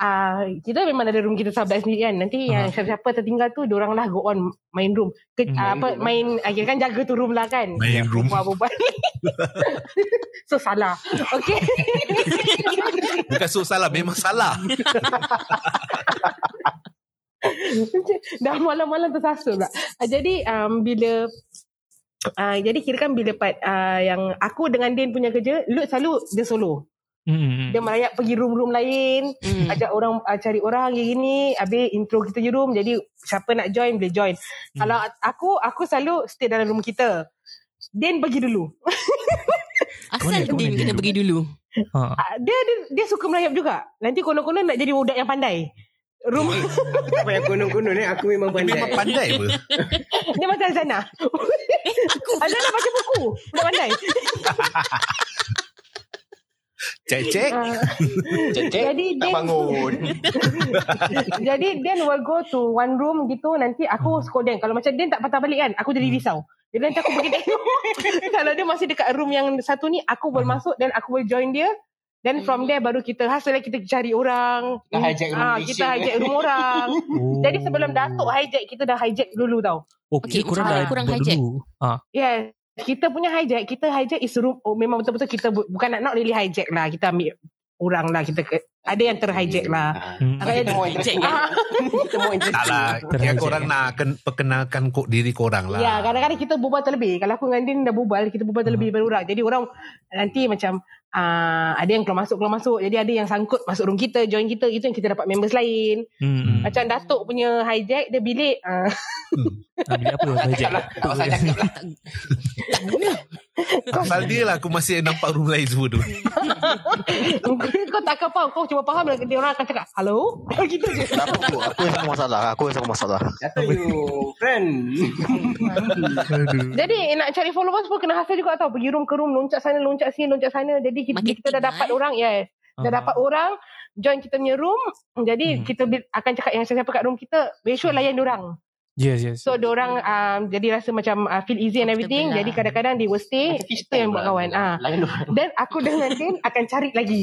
ah kita memang ada room kita sahabat sendiri kan. Nanti yang siapa-siapa tertinggal tu, diorang lah go on main room. Ke,
Hmm.
ah, apa, main, ah, kira kan jaga tu room lah kan.
Main room.
Buat-buat. so, salah. Okay.
Bukan so salah, memang salah.
Dah malam-malam tersasul pula. Ah, Jadi um, bila uh, jadi kira kan bila part uh, yang aku dengan Din punya kerja, Lut selalu dia solo.
Hmm.
Dia merayap pergi room-room lain,
Hmm.
ajak orang uh, cari orang gini, habis intro kita je room. Jadi siapa nak join boleh join.
Hmm.
Kalau aku aku selalu stay dalam room kita. Din pergi dulu.
Asal
Kau ni- kau
Din
ni
kena
dulu.
pergi dulu.
Ha.
Ah, dia, dia dia suka merayap juga. Nanti konon-konon nak jadi budak yang pandai. Room
Apa yang konon-konon ni Aku memang
Dia
pandai
memang pandai apa?
dia macam Azana.
Eh, Aku
Azana baca buku. Budak pandai.
Cek-cek.
Ah.
Cek-cek.
Jadi
Tak
Dan
bangun
Jadi Dan will go to one room gitu Nanti
Hmm.
aku scold Dan Kalau macam Dan tak patah balik kan Aku jadi risau Jadi nanti aku pergi tengok Kalau dia masih dekat room yang satu ni Aku boleh
Hmm.
masuk Dan aku boleh join dia Then from there baru kita Hasilnya kita cari orang
Kita Hmm. hijack room
Ah,
Malaysia. Hmm.
Kita hijack room orang
Oh.
Jadi sebelum Datuk eh. hijack Kita dah hijack dulu tau
Okey,
Okey,
Oh, kurang
macam
dah
mana
korang
buat
hijack?
dulu. Ah,
Yes kita punya hijack Kita hijack is room oh, Memang betul-betul kita bu- Bukan nak not really hijack lah Kita ambil orang lah kita ke, Ada yang terhijack lah
Ah,
Hmm.
Agaknya
Kita more interesting.
Ah.
Kita more
Tak
interesting.
lah. Kira korang nak ken- perkenalkan kok diri korang lah.
Ya, kadang-kadang kita berbual terlebih. Kalau aku dengan Din dah berbual, kita berbual
Hmm.
terlebih daripada orang. Jadi orang nanti macam uh, ada yang keluar masuk, keluar masuk. Jadi ada yang sangkut masuk room kita, join kita. Itu yang kita dapat members lain.
Hmm.
Macam Datuk punya hijack, dia bilik. Uh,
Ah, bilik apa kau hijack?
Tak pasal cakap lah.
Pasal dia lah aku masih nampak room lain semua tu.
kau tak akan faham. Kau cuba faham, dia orang akan cakap, hello? gitu je.
Tak apa aku Aku yang sama masalah Aku yang sama masalah
Kata you Friend
Hmm.
Aduh.
Jadi nak cari followers pun kena hasil juga tau. Pergi room ke room, loncat sana, loncat sini, loncat sana. Jadi kita,
Marketing
kita dah
lah,
dapat
eh.
orang, yes. Dah
Ah.
dapat orang Join kita punya room
Hmm.
Jadi kita bi- akan cakap Yang siapa-siapa kat room kita
Hmm.
Make sure layan diorang
Yes, yes.
So diorang um, Jadi rasa macam uh, Feel easy and everything
Comfortable lah.
Jadi kadang-kadang They will stay
Macam fish
Itu
tank
yang buat
lah.
kawan ah.
Lain dulu.
Dan aku dengan Din Akan cari lagi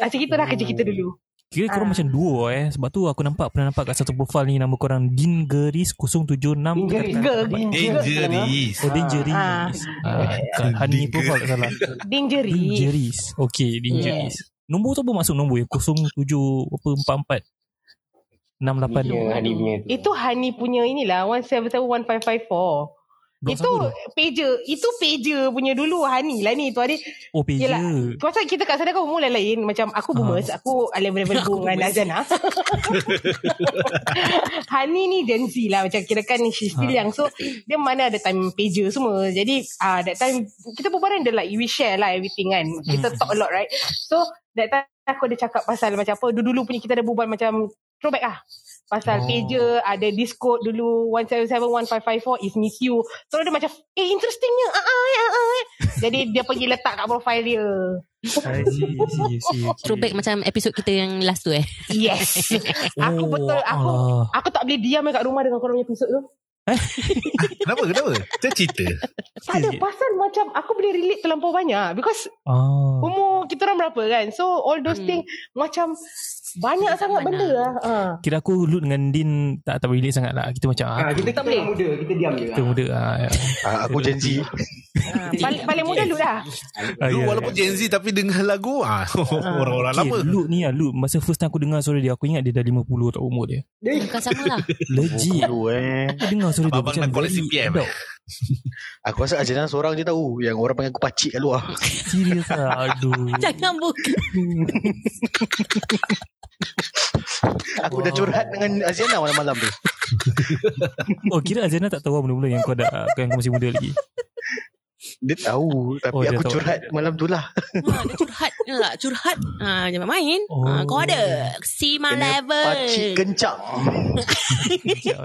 Macam kita dah kerja kita dulu
Hmm.
Kira korang
Ah.
macam duo eh Sebab tu aku nampak Pernah nampak kat satu profile ni Nama korang Din Geris 076
Injuries.
Katakan-
Dangerous.
Oh Din Geris Ah,
Ah.
kat Hani
Din
profile tak salah
Din
Din
jeri
Geris Okay Din Geris Nombor tu apa maksud nombor ya 07 apa 44 68
Ya, Hani punya tu.
Itu Hani punya inilah 1771554
Blok siapa
itu
tu?
pager Itu pager punya dulu Hani lah ni tu hari
Oh pager
Yelah, Macam kita kat sana kan umur lain-lain Macam aku boomers Aku level-level
Aku
boom dengan
boomers.
Azana Hani ni Gen Z lah Macam kira kan She still
Ha.
young So dia mana ada time pager semua Jadi uh, that time Kita berbualan dia like We share lah everything kan Kita talk a lot right So that time aku ada cakap pasal Macam apa Dulu-dulu punya kita ada berbual macam Throwback lah
Oh.
Pasal oh. pager Ada Discord dulu 1771554 is miss you So dia macam Eh interestingnya ah, ah, ah, ah. Jadi dia pergi letak kat profile dia
I see, I see, I see, okay.
Throwback macam episod kita yang last tu eh.
Yes.
Oh,
aku betul aku
alah.
aku tak boleh diam kat rumah dengan korang punya episod tu.
Kenapa? Kenapa? Macam cerita.
Tak ada
Serious?
pasal macam aku boleh relate terlampau banyak because
Ah.
umur kita orang berapa kan. So all
Hmm.
those thing macam banyak
Zaman
sangat benda
lah.
lah. Ha.
Kira aku Lut dengan Din Tak tak relate sangat lah Kita macam ah,
Ah, Kita tak boleh muda Kita diam je lah.
Kita muda ah, ya.
Ah, Aku Gen Z
Ha. Paling, paling lah. muda lu dah.
Ah,
Dulu
ya,
walaupun
ya.
Gen Z tapi dengar lagu ah orang-orang
Okay,
lama.
Lut ni lah Lut Masa first time aku dengar suara dia Aku ingat dia dah 50 tak umur dia
Bukan sama lah.
Legit
Dulu eh
Aku dengar suara dia
Oh, Abang nak collect
very
CPM.
adult.
Aku rasa Azana seorang je tahu Yang orang panggil aku pakcik kat luar
Serius lah Aduh
Jangan buka.
Aku dah curhat dengan Azana malam-malam tu
Oh kira Azana tak tahu lah benda-benda Yang kau dah Yang kau masih muda lagi
Dia tahu Tapi
Oh,
oh,
dia
aku
tahu.
curhat malam tu lah
Ha, dia curhat je lah. Curhat. Ha, jangan main. Ha, kau ada. Si my level.
Pakcik kencang
ya.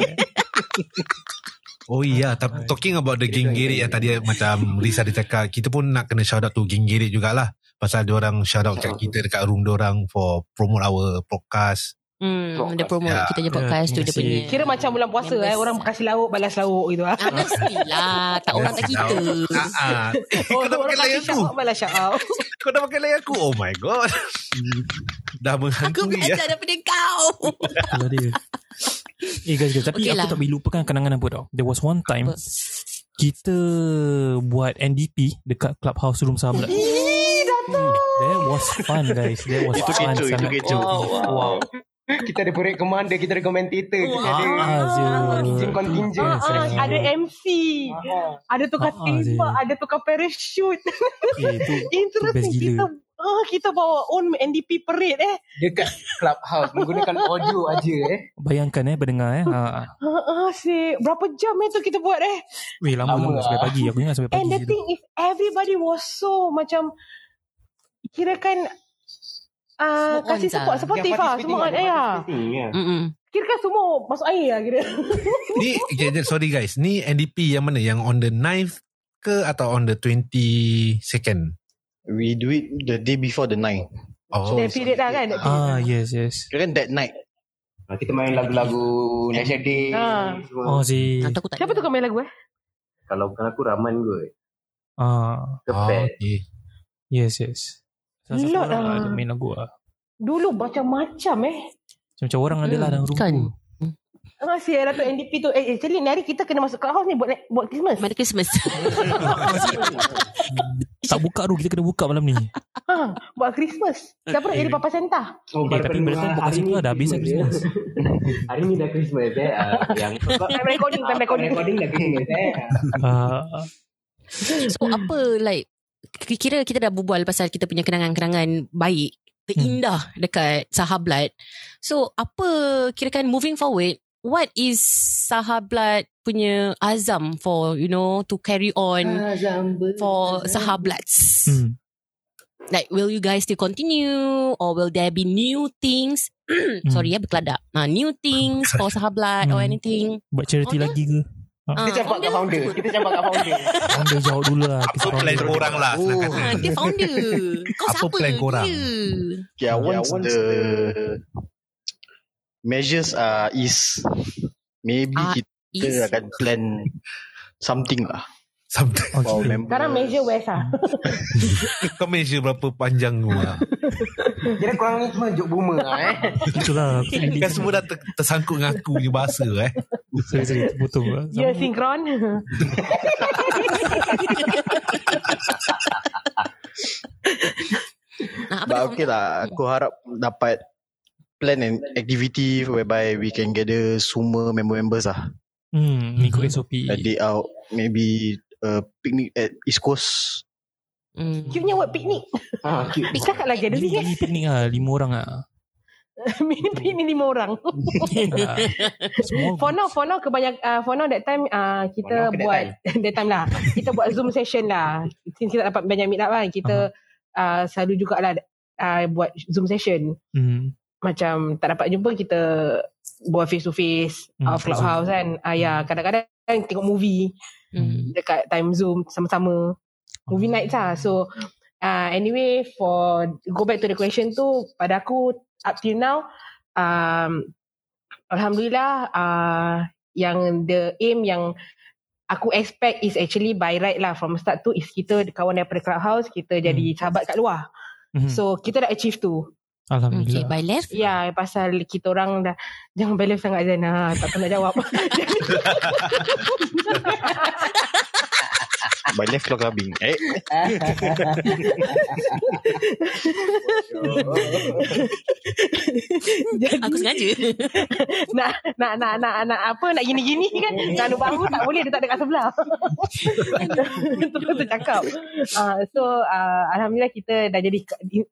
Oh iya tapi Talking about the geng gerik Yang tadi macam Risa dia cakap Kita pun nak kena shout out To geng gerik jugalah Pasal diorang shout out kat kita Dekat room diorang For promote our podcast
Hmm, dia promote
Ya.
kita punya podcast tu dia punya.
Kira macam bulan puasa eh Orang kasih lauk Balas lauk gitu ah.
Ah, mestilah Tak orang tak kita
Ah, ah.
Oh, orang kasih syawak Balas syawak
Kau dah pakai layak aku Oh my god Dah
Aku
menghantui ya
belajar daripada kau
Itulah dia. Eh guys, guys tapi
Okey
okay aku
lah.
tak boleh lupakan kenangan aku tau. There was one time kita buat NDP dekat clubhouse room sahabat.
Ih, Dato'
That was fun guys. That was
Itu
fun
kecoh, itu
sangat.
kecoh.
Wow.
Kita ada parade commander, kita ada commentator,
Oh,
kita
Ah,
ada
ah,
Contingent, contingent.
Ah, ah,
Sangat.
Ada MC Ada tukar
Ah, ah,
tembak
je.
Ada tukar parachute
Eh, itu
Interesting
best gila.
Kita ah, Kita bawa own NDP parade eh
Dekat clubhouse menggunakan audio aja eh.
Bayangkan eh Berdengar eh ha.
Ah, ah, si Berapa jam eh tu kita buat eh
Weh lama
Lama
lama
lah.
Sampai pagi Aku ingat sampai
And
pagi
the
je tu.
thing is everybody was so macam kirakan uh,
Semua on
kasih
sah.
support supportive
Yang
lah semua on
participating,
eh lah.
Hmm, ya.
Yeah.
Mm-mm.
Kirakan semua masuk air lah kira.
Ni okay, okay, Sorry guys Ni NDP yang mana Yang on the 9th Ke atau on the 22nd
We do it the day before the night
Oh
That period lah kan. that period.
Ah yes yes
Kira kan that night
Ah, Kita main lagu-lagu National Day.
Ah.
semua.
Oh si
Nanti aku tak
Siapa tu kau main lagu eh?
Kalau bukan aku Rahman kot
Ah
Oh,
Kepet
okay.
Yes yes
Lot
orang
lah.
ada Main lagu lah
Dulu macam-macam eh.
Macam-macam orang ada lah Dalam
Hmm,
rumah
kan.
tu.
Ah, si Dato' NDP tu. Eh, actually, ni hari kita kena masuk clubhouse ni buat, buat Christmas.
Merry Christmas
Tak buka tu Kita kena buka malam ni
Ha, buat Christmas. Siapa nak
Eh,
jadi Papa Santa?
Oh,
Eh, tapi bila tu buka situ dah habis lah Christmas.
Hari ni dah Christmas eh Ah, Yang Ah,
Time recording, time recording.
Recording dah Christmas eh
Ah,
So apa like Kira kita dah berbual Pasal kita punya kenangan-kenangan Baik Terindah Dekat Sahablat So apa Kirakan moving forward What is Sahablat Punya azam For you know To carry on For Sahablats
hmm.
Like will you guys still continue Or will there be new things Sorry ya berkeladak uh, New things For Sahablat Or
Hmm.
anything
Buat charity
Oh,
Founder?
lagi ke
Ah,
Kita campak kat
founder.
founder. Kita campak kat founder.
Founder jawab dulu lah
Apa plan korang lah senang
Oh.
kata.
Ah, Dia founder Kau
Apa
siapa
plan korang?
Dia.
Ah,
Yeah, once,
once
the, measures are ease, maybe
Ah,
kita
Is-
akan plan something lah
Sometimes
for
Oh, Okay.
members.
Sekarang measure West lah.
Kau measure berapa panjang tu lah
Kira korang ni semua joke boomer lah eh.
Itulah
Kan semua dah ter- tersangkut dengan aku punya bahasa eh
Sorry sorry Potong lah
Ya, sinkron.
Nah, ah, apa
But
dah
okay lah, aku harap dapat plan and activity whereby we can gather semua member-members lah.
Hmm, ikut SOP.
A day out, maybe a picnic at East Coast.
Hmm.
Cute-nya word piknik.
Ah, cute.
Eh, Cakap lagi ada
Mini,
ni.
mini piknik lah, lima orang lah.
Mini piknik lima orang.
Ah, Semua
For now, for now kebanyak uh, for now that time uh,
For now ke
kita
that
buat that time lah. Kita buat Zoom session lah. Since kita dapat banyak meet up kan, kita uh, selalu jugalah uh, buat Zoom session.
Hmm.
Macam tak dapat jumpa kita buat face to face
Hmm,
off clubhouse
Zoom.
kan. Ah ya, kadang-kadang kan tengok movie
Hmm.
dekat time Zoom sama-sama. Movie nights lah. So uh, anyway for go back to the question tu pada aku up till now um, Alhamdulillah uh, yang the aim yang aku expect is actually by right lah from start tu is kita kawan daripada clubhouse kita jadi sahabat kat luar.
Hmm.
So kita dah achieve tu.
Okay,
Alhamdulillah.
by left.
Ya, pasal kita orang dah jangan balance sangat Zainah. Tak pernah jawab.
By left kalau clubbing. Eh,
Jadi,
Aku sengaja.
nak, nak, nak, nak, nak, apa, nak gini-gini kan. Nak anu baru tak boleh, dia tak ada kat sebelah. Terus tercakap. Uh, so, uh, Alhamdulillah kita dah jadi,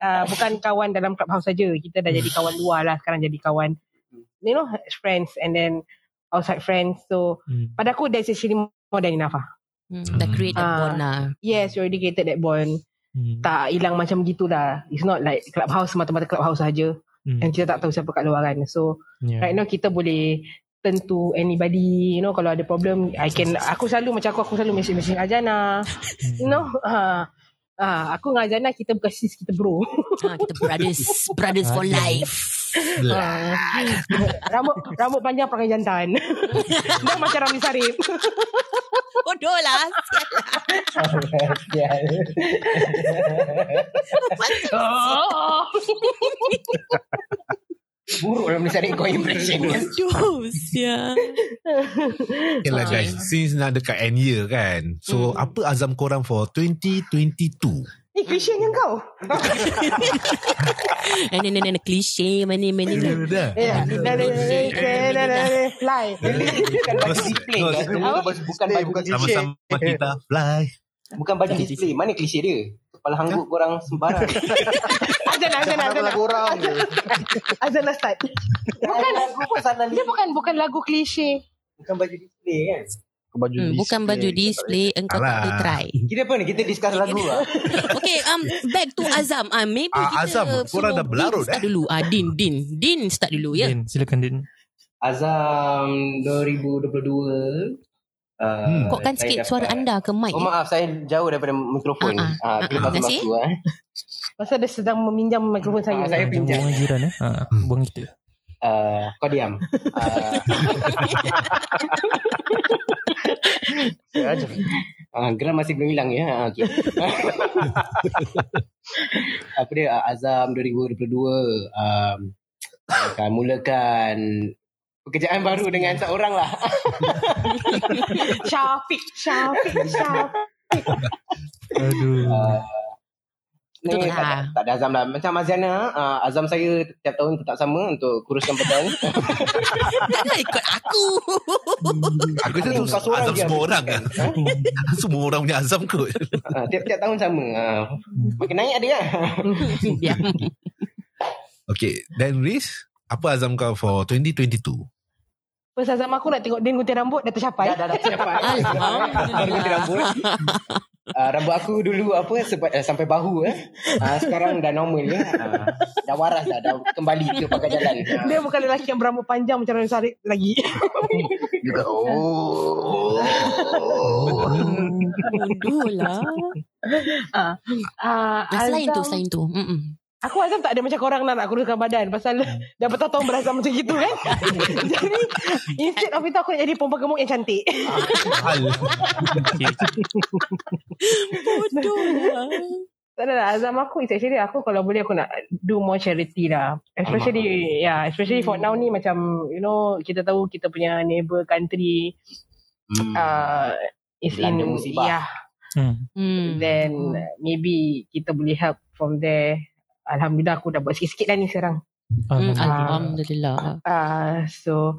uh, bukan kawan dalam clubhouse saja. Kita dah jadi kawan luar lah. Sekarang jadi kawan, you know, friends and then outside friends. So,
Hmm.
pada aku, that's actually more than enough lah.
Hmm, dah create that
Ah,
bond lah.
Yes, you already created that bond.
Hmm.
Tak hilang macam gitulah. It's not like clubhouse semata-mata clubhouse saja.
Hmm. Ya.
And kita tak tahu siapa kat luar kan. So
Yeah.
right now kita boleh turn to anybody you know kalau ada problem I can aku selalu macam aku aku selalu message message Ajana
Hmm.
you know ah ah aku dengan Ajana kita bukan sis kita bro
ha, kita brothers brothers for life
Ah. rambut rambut panjang perangai jantan Dia macam Ramli Sarip
bodoh lah
oh.
Buruk lah menarik kau impression ni.
Aduh, sia.
Okay lah guys Since nak dekat end year kan So apa azam korang for 2022
Ni kesiannya kau
Eh, ni, ni, ni, ni, klise mana, mana, ni. Hmm,
Dah.
Ya. Dah, dah, dah, dah, dah, dah, dah. Fly
Bukan baju
Terus-
display
terus-
kan? Bukan baju- Bukan baju display.
Sama-sama kita fly
Bukan baju display. Mana klise dia? Kepala hangguk korang sembarang.
Azana Azana
Jangan
Azana
lagu orang je.
Azana start Bukan
Lagu pasal
Dia bukan bukan lagu klise
Bukan baju display kan?
Baju
Hmm, bukan baju display Engkau tak
Alah.
boleh try
Kita pun kita discuss lagu lah.
Okay um, Back to Azam uh, Maybe
Ah,
kita
Azam, korang
suruh
dah berlarut,
Din start
eh.
dulu uh, Din Din Din start dulu ya yeah?
Din, silakan Din.
Azam 2022. Uh,
Kokkan
saya
sikit
dapat-
suara anda ke mic
Oh
oh,
maaf, saya jauh daripada mikrofon.
Ah, ah,
Ah,
ah, ah.
terima
Terima
kasih. Aku, eh.
Pasal dia sedang meminjam mikrofon saya
Ah, saya
Jangan
pinjam.
buang jiran eh. Ha, buang kita.
Uh, kau diam. Uh,
Aja.
Ah, geram masih belum hilang ya. Ah, okey. Apa dia ah, Azam 2022 um, akan mulakan pekerjaan baru dengan seorang lah.
Syafiq Syafiq Syafiq
Aduh.
Ah, ni
Betul
tak,
lah.
tak ada azam lah. Macam Aziana, ah, azam saya tiap tahun tetap sama untuk kuruskan badan.
Jangan ikut aku
Aku macam tu
Kau seorang
Azam
je
semua orang kan
habiskan.
Semua orang punya azam kot
Ah, tiap-tiap tahun sama. Ah, makin naik ada lah.
Diam
Okay Then Riz Apa azam kau for 2022
First azam aku nak tengok Din gunting rambut Dah tercapai
Dah dah dah siapa? Baru
Alhamdulillah
gunting Ha, rambut. Ah, rambut aku dulu apa sebab, eh, sampai bahu eh. Ah, sekarang dah normal ya. Ah, dah waras dah, dah kembali ke pakai jalan. Ah,
Dia bukan lelaki yang berambut panjang Macam Ramli Sarip lagi
Juga. Oh.
Bodoh lah
uh,
nah, Selain tu Selain tu Mm-mm.
Aku azam tak ada macam korang nak, nak kuruskan badan Pasal dah bertahun-tahun berazam macam gitu kan Jadi Instead of itu aku nak jadi perempuan gemuk yang cantik
Hal
Okay.
Bodoh lah
Tak ada lah azam aku is actually aku kalau boleh aku nak do more charity lah Especially yeah, especially for now ni macam You know kita tahu kita punya neighbour country
Hmm.
uh, Is in ya,
Dilanda musibah.
Yeah
Hmm.
Hmm.
Then uh, maybe kita boleh help from there. Alhamdulillah aku dah buat sikit-sikit dah ni sekarang.
Hmm,
Alamak.
Alhamdulillah
Uh, so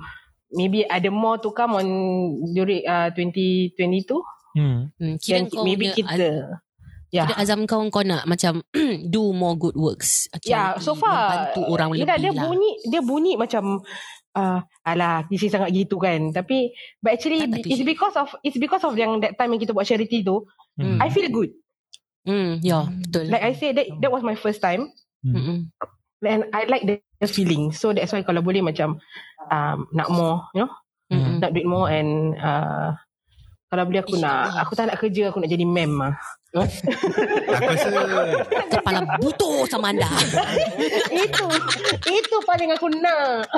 maybe ada more to come on during uh, 2022.
Hmm.
hmm, Kira
Then
kau
maybe
punya az-
kita. Ya.
Kira azam kau kau nak macam Do more good works
Ya, yeah, so far
Bantu orang
yelah,
lebih
dia
lah
bunyi dia bunyi macam uh, alah kisi sangat gitu kan. Tapi but actually
Tak, tak
it's
kisi.
because of it's because of yang that time yang kita buat charity tu.
Hmm.
I feel good.
Hmm, ya, betul.
Like I say that that was my first time.
Mm-mm.
And I like the, the feeling. So that's why kalau boleh macam um, nak more, you know,
Mm-mm.
nak duit more and uh, kalau boleh aku nak,
InsyaAllah.
aku tak nak kerja, aku nak jadi mem lah.
Aku rasa
Kepala butuh sama anda.
itu, itu paling aku nak.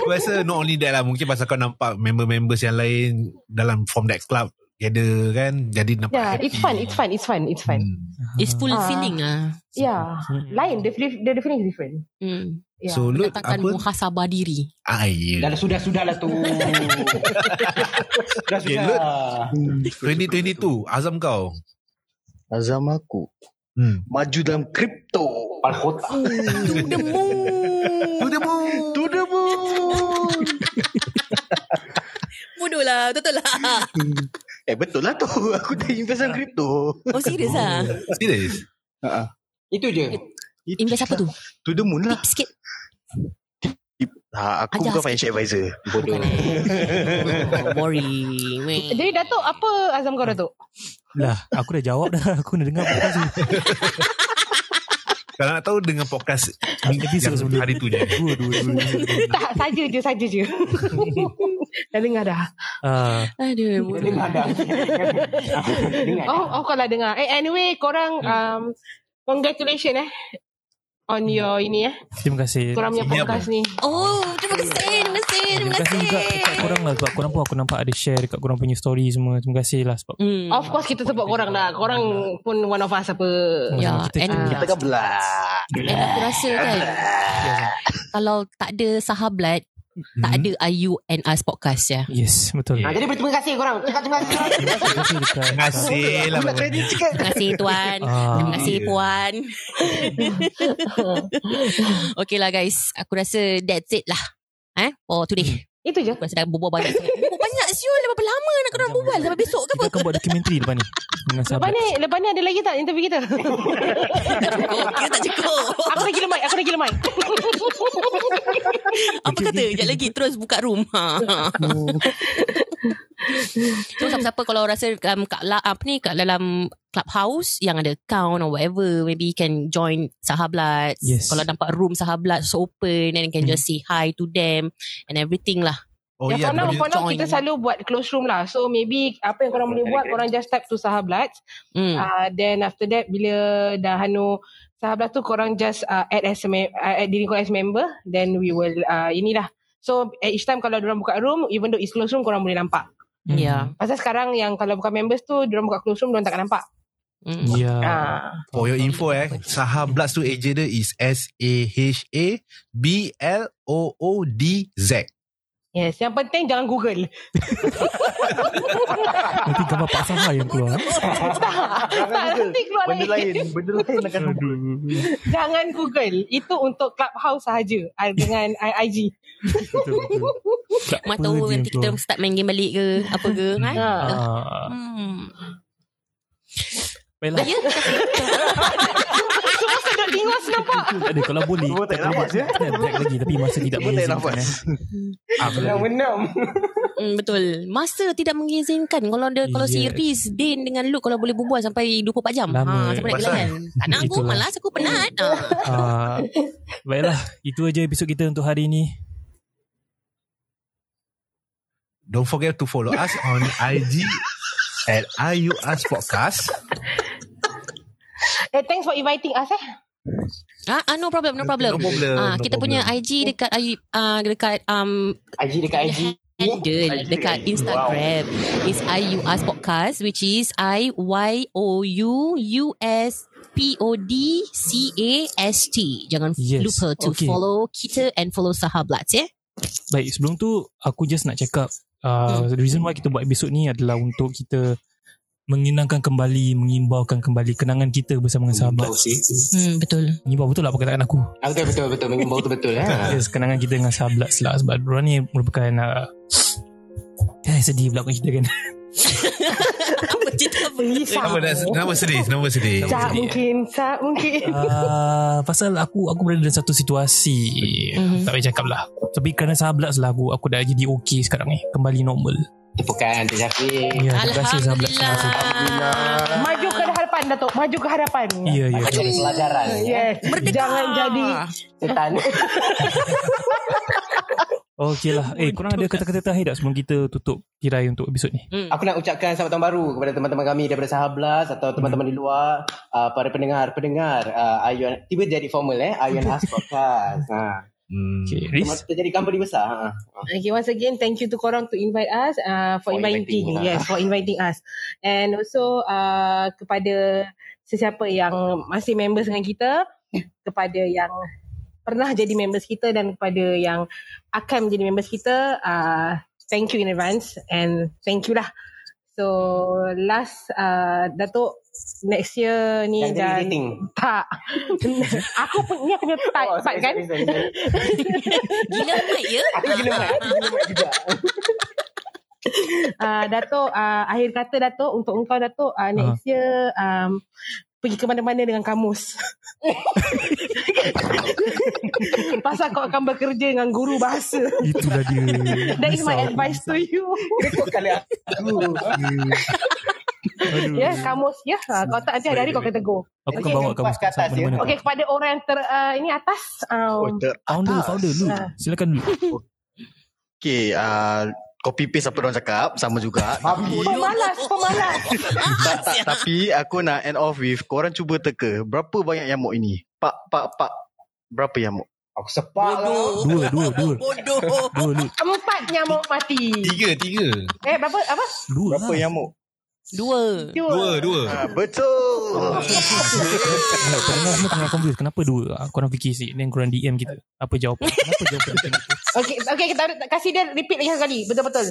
Aku rasa not only that lah Mungkin pasal kau nampak Member-members yang lain Dalam form that club Gather kan Jadi nampak
Yeah, Ya, it's fun, it's fun, it's fun, it's fun.
Hmm.
It's full
Ah.
feeling ah.
Yeah,
Hmm.
lain, the, feel- the, the feeling is different. Ya.
Hmm.
Yeah.
So Lut
Letakkan
apa
muhasabah diri.
Ah
Dah
yeah
dah, sudah sudah lah tu. sudah
Okay,
sudah.
Lut. 2022 Azam kau
Azam aku.
Hmm
Maju dalam kripto.
Palkota.
To the moon To the moon
Bodoh lah, betul lah.
Eh betul lah tu. Aku dah invest dalam kripto.
Oh serius ah.
Serius
Ha,
Itu je.
Invest apa tu?
To the moon lah.
Sikit.
Ha,
Ajar
aku bukan
sikit.
financial advisor.
Bukan eh. Boring. Weh.
Jadi Datuk apa azam kau Datuk?
Lah, aku dah jawab dah. Aku dah dengar podcast ni.
Kalau nak tahu dengan podcast yang
Episode sebelum.
hari tu je.
Dua, dua, dua.
tak, saja je, saja je. dah dengar dah.
Ah,
Aduh, bodoh.
Oh, oh kau dah dengar. Eh, anyway, korang
Hmm.
um, congratulations eh on your ini eh.
terima kasih. eh.
Korang punya
Ini
podcast ni.
Oh, terima kasih, terima kasih,
Terima
terima
kasih
kasih.
juga dekat korang lah Sebab korang pun aku nampak ada share Dekat korang punya story semua Terima kasih lah Sebab
Hmm.
Of course kita sebut korang dah. Korang pun one of us apa.
Ya,
Kita-
and,
Ah.
Kita kan belak.
and aku rasa kan kalau tak ada sahablat, tak
Hmm.
Hmm.
ada IU and Us podcast ya.
Yes betul
Ah,
Terima
jadi berterima kasih korang. Cakap terima kasih.
kasih dekat
Terima kasih lah.
Nak
banyak.
credit
kan?
sikit.
Terima kasih tuan.
Ah.
Terima kasih puan. okay lah guys, aku rasa that's it lah. Eh, for today.
Itu je.
Aku rasa dah berbual banyak sangat. Berbual banyak siul dah berapa lama nak kena berbual sampai besok ke
Kita
apa?
akan buat dokumentari lepas ni Dengan
Lepas
sahabat
ni, lepas ni ada lagi tak interview kita?
Tak cukup. Kita Ya, tak cukup.
aku dah gila mic, aku dah gila mic.
Apa kata? Sekejap lagi terus buka room. Ha.
Oh.
So siapa-siapa kalau rasa um, kat la, apa ni kat dalam clubhouse yang ada account or whatever maybe you can join Sahablat.
Yes. Mm-hmm.
Kalau nampak room Sahablat so open and you can just say hi to them and everything lah.
Oh
yeah,
ya,
for now,
boleh
for now
join.
kita selalu buat close room lah. So maybe apa yang korang boleh buat, korang just type to Sahablat.
Hmm.
Uh, then after that bila dah Hanu Sahablah tu korang just uh, add as mem- uh, add diri korang as member then we will uh, inilah. So at each time kalau diorang buka room even though it's closed room korang boleh nampak.
Hmm.
Yeah.
Pasal sekarang yang kalau bukan members tu diorang buka close room diorang takkan nampak.
Hmm.
Yeah
Ah.
For your info eh, Sahablats tu AJ dia is S-A-H-A-B-L-O-O-D-Z.
Yes, yang penting jangan Google.
Nanti gambar Pak Sahar yang keluar
tak, nanti keluar
Benda
lagi.
lain. Benda lain akan nombor.
Jangan Google. Itu untuk Clubhouse sahaja ah, dengan IG.
Mak
Apa
tahu nanti
dia
kita
tu?
start main game balik ke apa ke. Ha?
Ha.
Ah,
Hmm.
Baiklah
Ya,
Semua sedut lingus nampak.
Tak ada kalau boleh
Semua tak
kita
nafas,
boleh-
ya?
Kita nak drag lagi Tapi masa tidak
Semua tak
mengizinkan,
nafas.
eh.
Menam-menam.
mm, betul. Masa tidak mengizinkan kalau dia kalau
Yes.
series Din dengan Luke kalau boleh berbual sampai 24 jam.
Lama. eh.
Ha, sampai nak
Pasal-
gelagan. Tak nak aku,
Itulah.
malas aku penat. Ha.
Ah, Baiklah Itu aja episod kita untuk hari ini
Don't forget to follow us on IG at IUS Podcast.
Eh, thanks for inviting us eh.
Ah, ah no problem, no problem.
No problem,
Ah,
no
kita
problem.
punya IG dekat I- ah dekat um
IG dekat IG.
handle dekat Instagram is IUS podcast which is I Y O U U S P O D C A S T. Jangan
Yes,
lupa to
okay.
follow kita and follow Sahablats ya.
Baik sebelum tu Aku just nak check up uh, The reason why kita buat episod ni Adalah untuk kita Mengenangkan kembali Mengimbaukan kembali Kenangan kita bersama dengan sahabat
Hmm, betul.
Mengimbau betul lah perkataan aku
Ah, betul betul betul mengimbau tu betul eh.
Ha.
Yes kenangan kita dengan sahabat lah Sebab diorang ni merupakan uh, Eh sedih pula aku cerita kan
Apa cerita apa?
Kenapa, Eh, dah- kenapa sedih? Kenapa sedih?
Tak mungkin, tak mungkin.
uh, Pasal aku Aku berada dalam satu situasi
Mhm.
Tak payah cakap lah Tapi kerana sahabat lah aku, aku dah jadi okay sekarang ni Kembali normal
Tepukan Encik Syafiq.
Ya terima kasih sahabat
Alhamdulillah.
Ah.
Maju ke hadapan Datuk, maju ke hadapan.
Ya ya
Macam pelajaran.
Yes. Jangan jadi
Setan.
Okey lah Eh korang ada kata-kata terakhir tak Sebelum kita tutup tirai untuk episod ni
Hmm.
Aku nak ucapkan selamat tahun baru kepada teman-teman kami daripada Sahablas atau teman-teman di luar, uh, para pendengar-pendengar uh, Ayuan tiba jadi formal eh Ayuan Has Podcast. Ha.
Hmm.
Okay
Terima-
Riz
Kita jadi company besar. Ha.
Okay, once again, thank you to korang to invite us uh, for,
For
inviting.
inviting lah.
Yes, for inviting us. And also uh, kepada sesiapa yang masih members dengan kita, kepada yang pernah jadi members kita dan kepada yang akan menjadi members kita, uh, thank you in advance and thank you lah. So last uh, Datuk next year ni
Yang jadi
dan
dating.
tak aku pun ni aku punya type
Oh,
part
sorry,
kan
sorry, sorry, sorry.
Gila mic ya.
Aku gila mic, aku gila mic juga.
uh, Datuk uh, akhir kata Datuk untuk engkau Datuk uh, next year um, pergi ke mana-mana dengan kamus. Pasal kau akan bekerja dengan guru bahasa.
Itulah dia. Hmm,
That is my advice to you.
Rekod kali ah. aku.
Hmm.
Ya, kamus ya. Ha, Kau tak nanti hari-hari kau kena tegur.
Aku akan bawa kamu
ke atas ya.
Okey, kepada orang yang ter, uh, ini atas.
Oh,
Um,
ter-
Founder,
atas.
founder lu. Silakan lu.
Okay, uh, copy paste apa orang cakap sama juga tapi
pemalas, pemalas.
tak, tak, tapi aku nak end off with korang cuba teka berapa banyak yamuk ini pak pak pak berapa yamuk
Aku sepak lah.
Dua, dua, dua.
Bodoh.
Dua, lu.
Empat nyamuk mati.
Tiga, tiga.
Eh, berapa? Apa?
Dua
berapa
lah.
yamuk
Dua.
Dua.
Dua, dua.
Ah, betul
Tengok, Pendengar semua tengah confused. Kenapa dua? Ah, Korang fikir sikit. Then korang DM kita. Apa jawapan? Kenapa jawapan kita?
Okey, okey kita kasih dia repeat lagi sekali. Betul-betul.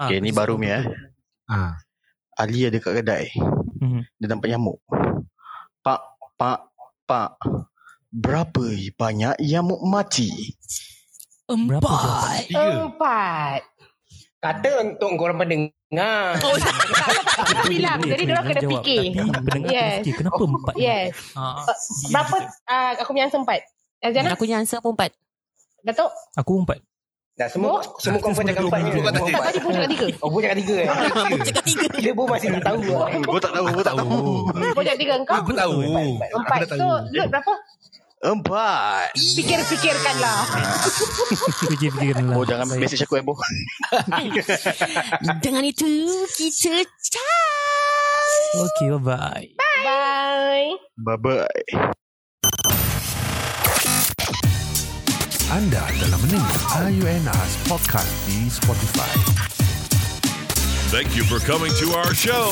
Ah,
okay ni baru ni eh
Ah.
Ali ada kat kedai
Mhm.
dia nampak yamuk pak pak pak berapa banyak yamuk mati
Berapa
Empat.
Tiga.
Empat.
Kata untuk korang pendengar.
Oh,
Tak bilang. lah, Jadi dia orang kena
Jawab.
fikir.
Tapi pendengar kena
Yes.
fikir. Kenapa empat?
Yes.
Ah, DM
Berapa
kita.
uh, aku punya answer empat? Azana,
Aku yang answer pun empat.
Datuk?
Aku empat.
Dah semua semua confirm cakap empat ni.
Tak tadi pun cakap tiga.
Oh, boleh cakap tiga eh.
Cakap tiga.
Dia pun masih tak tahu.
Gua tak tahu gua tak tahu
Kau cakap tiga engkau?
Hmm. Aku tahu. Aku
Empat.
dah
So,
tahu.
Lut berapa?
empat
Fikir-fikirkanlah.
Fikir-fikir lah.
Oh jangan
Baik.
message aku Embo
Dengan itu, kita cai.
Okay, bye-bye.
Bye.
Bye bye
Anda telah mendengar IUNR's podcast di Spotify.
Thank you for coming to our show.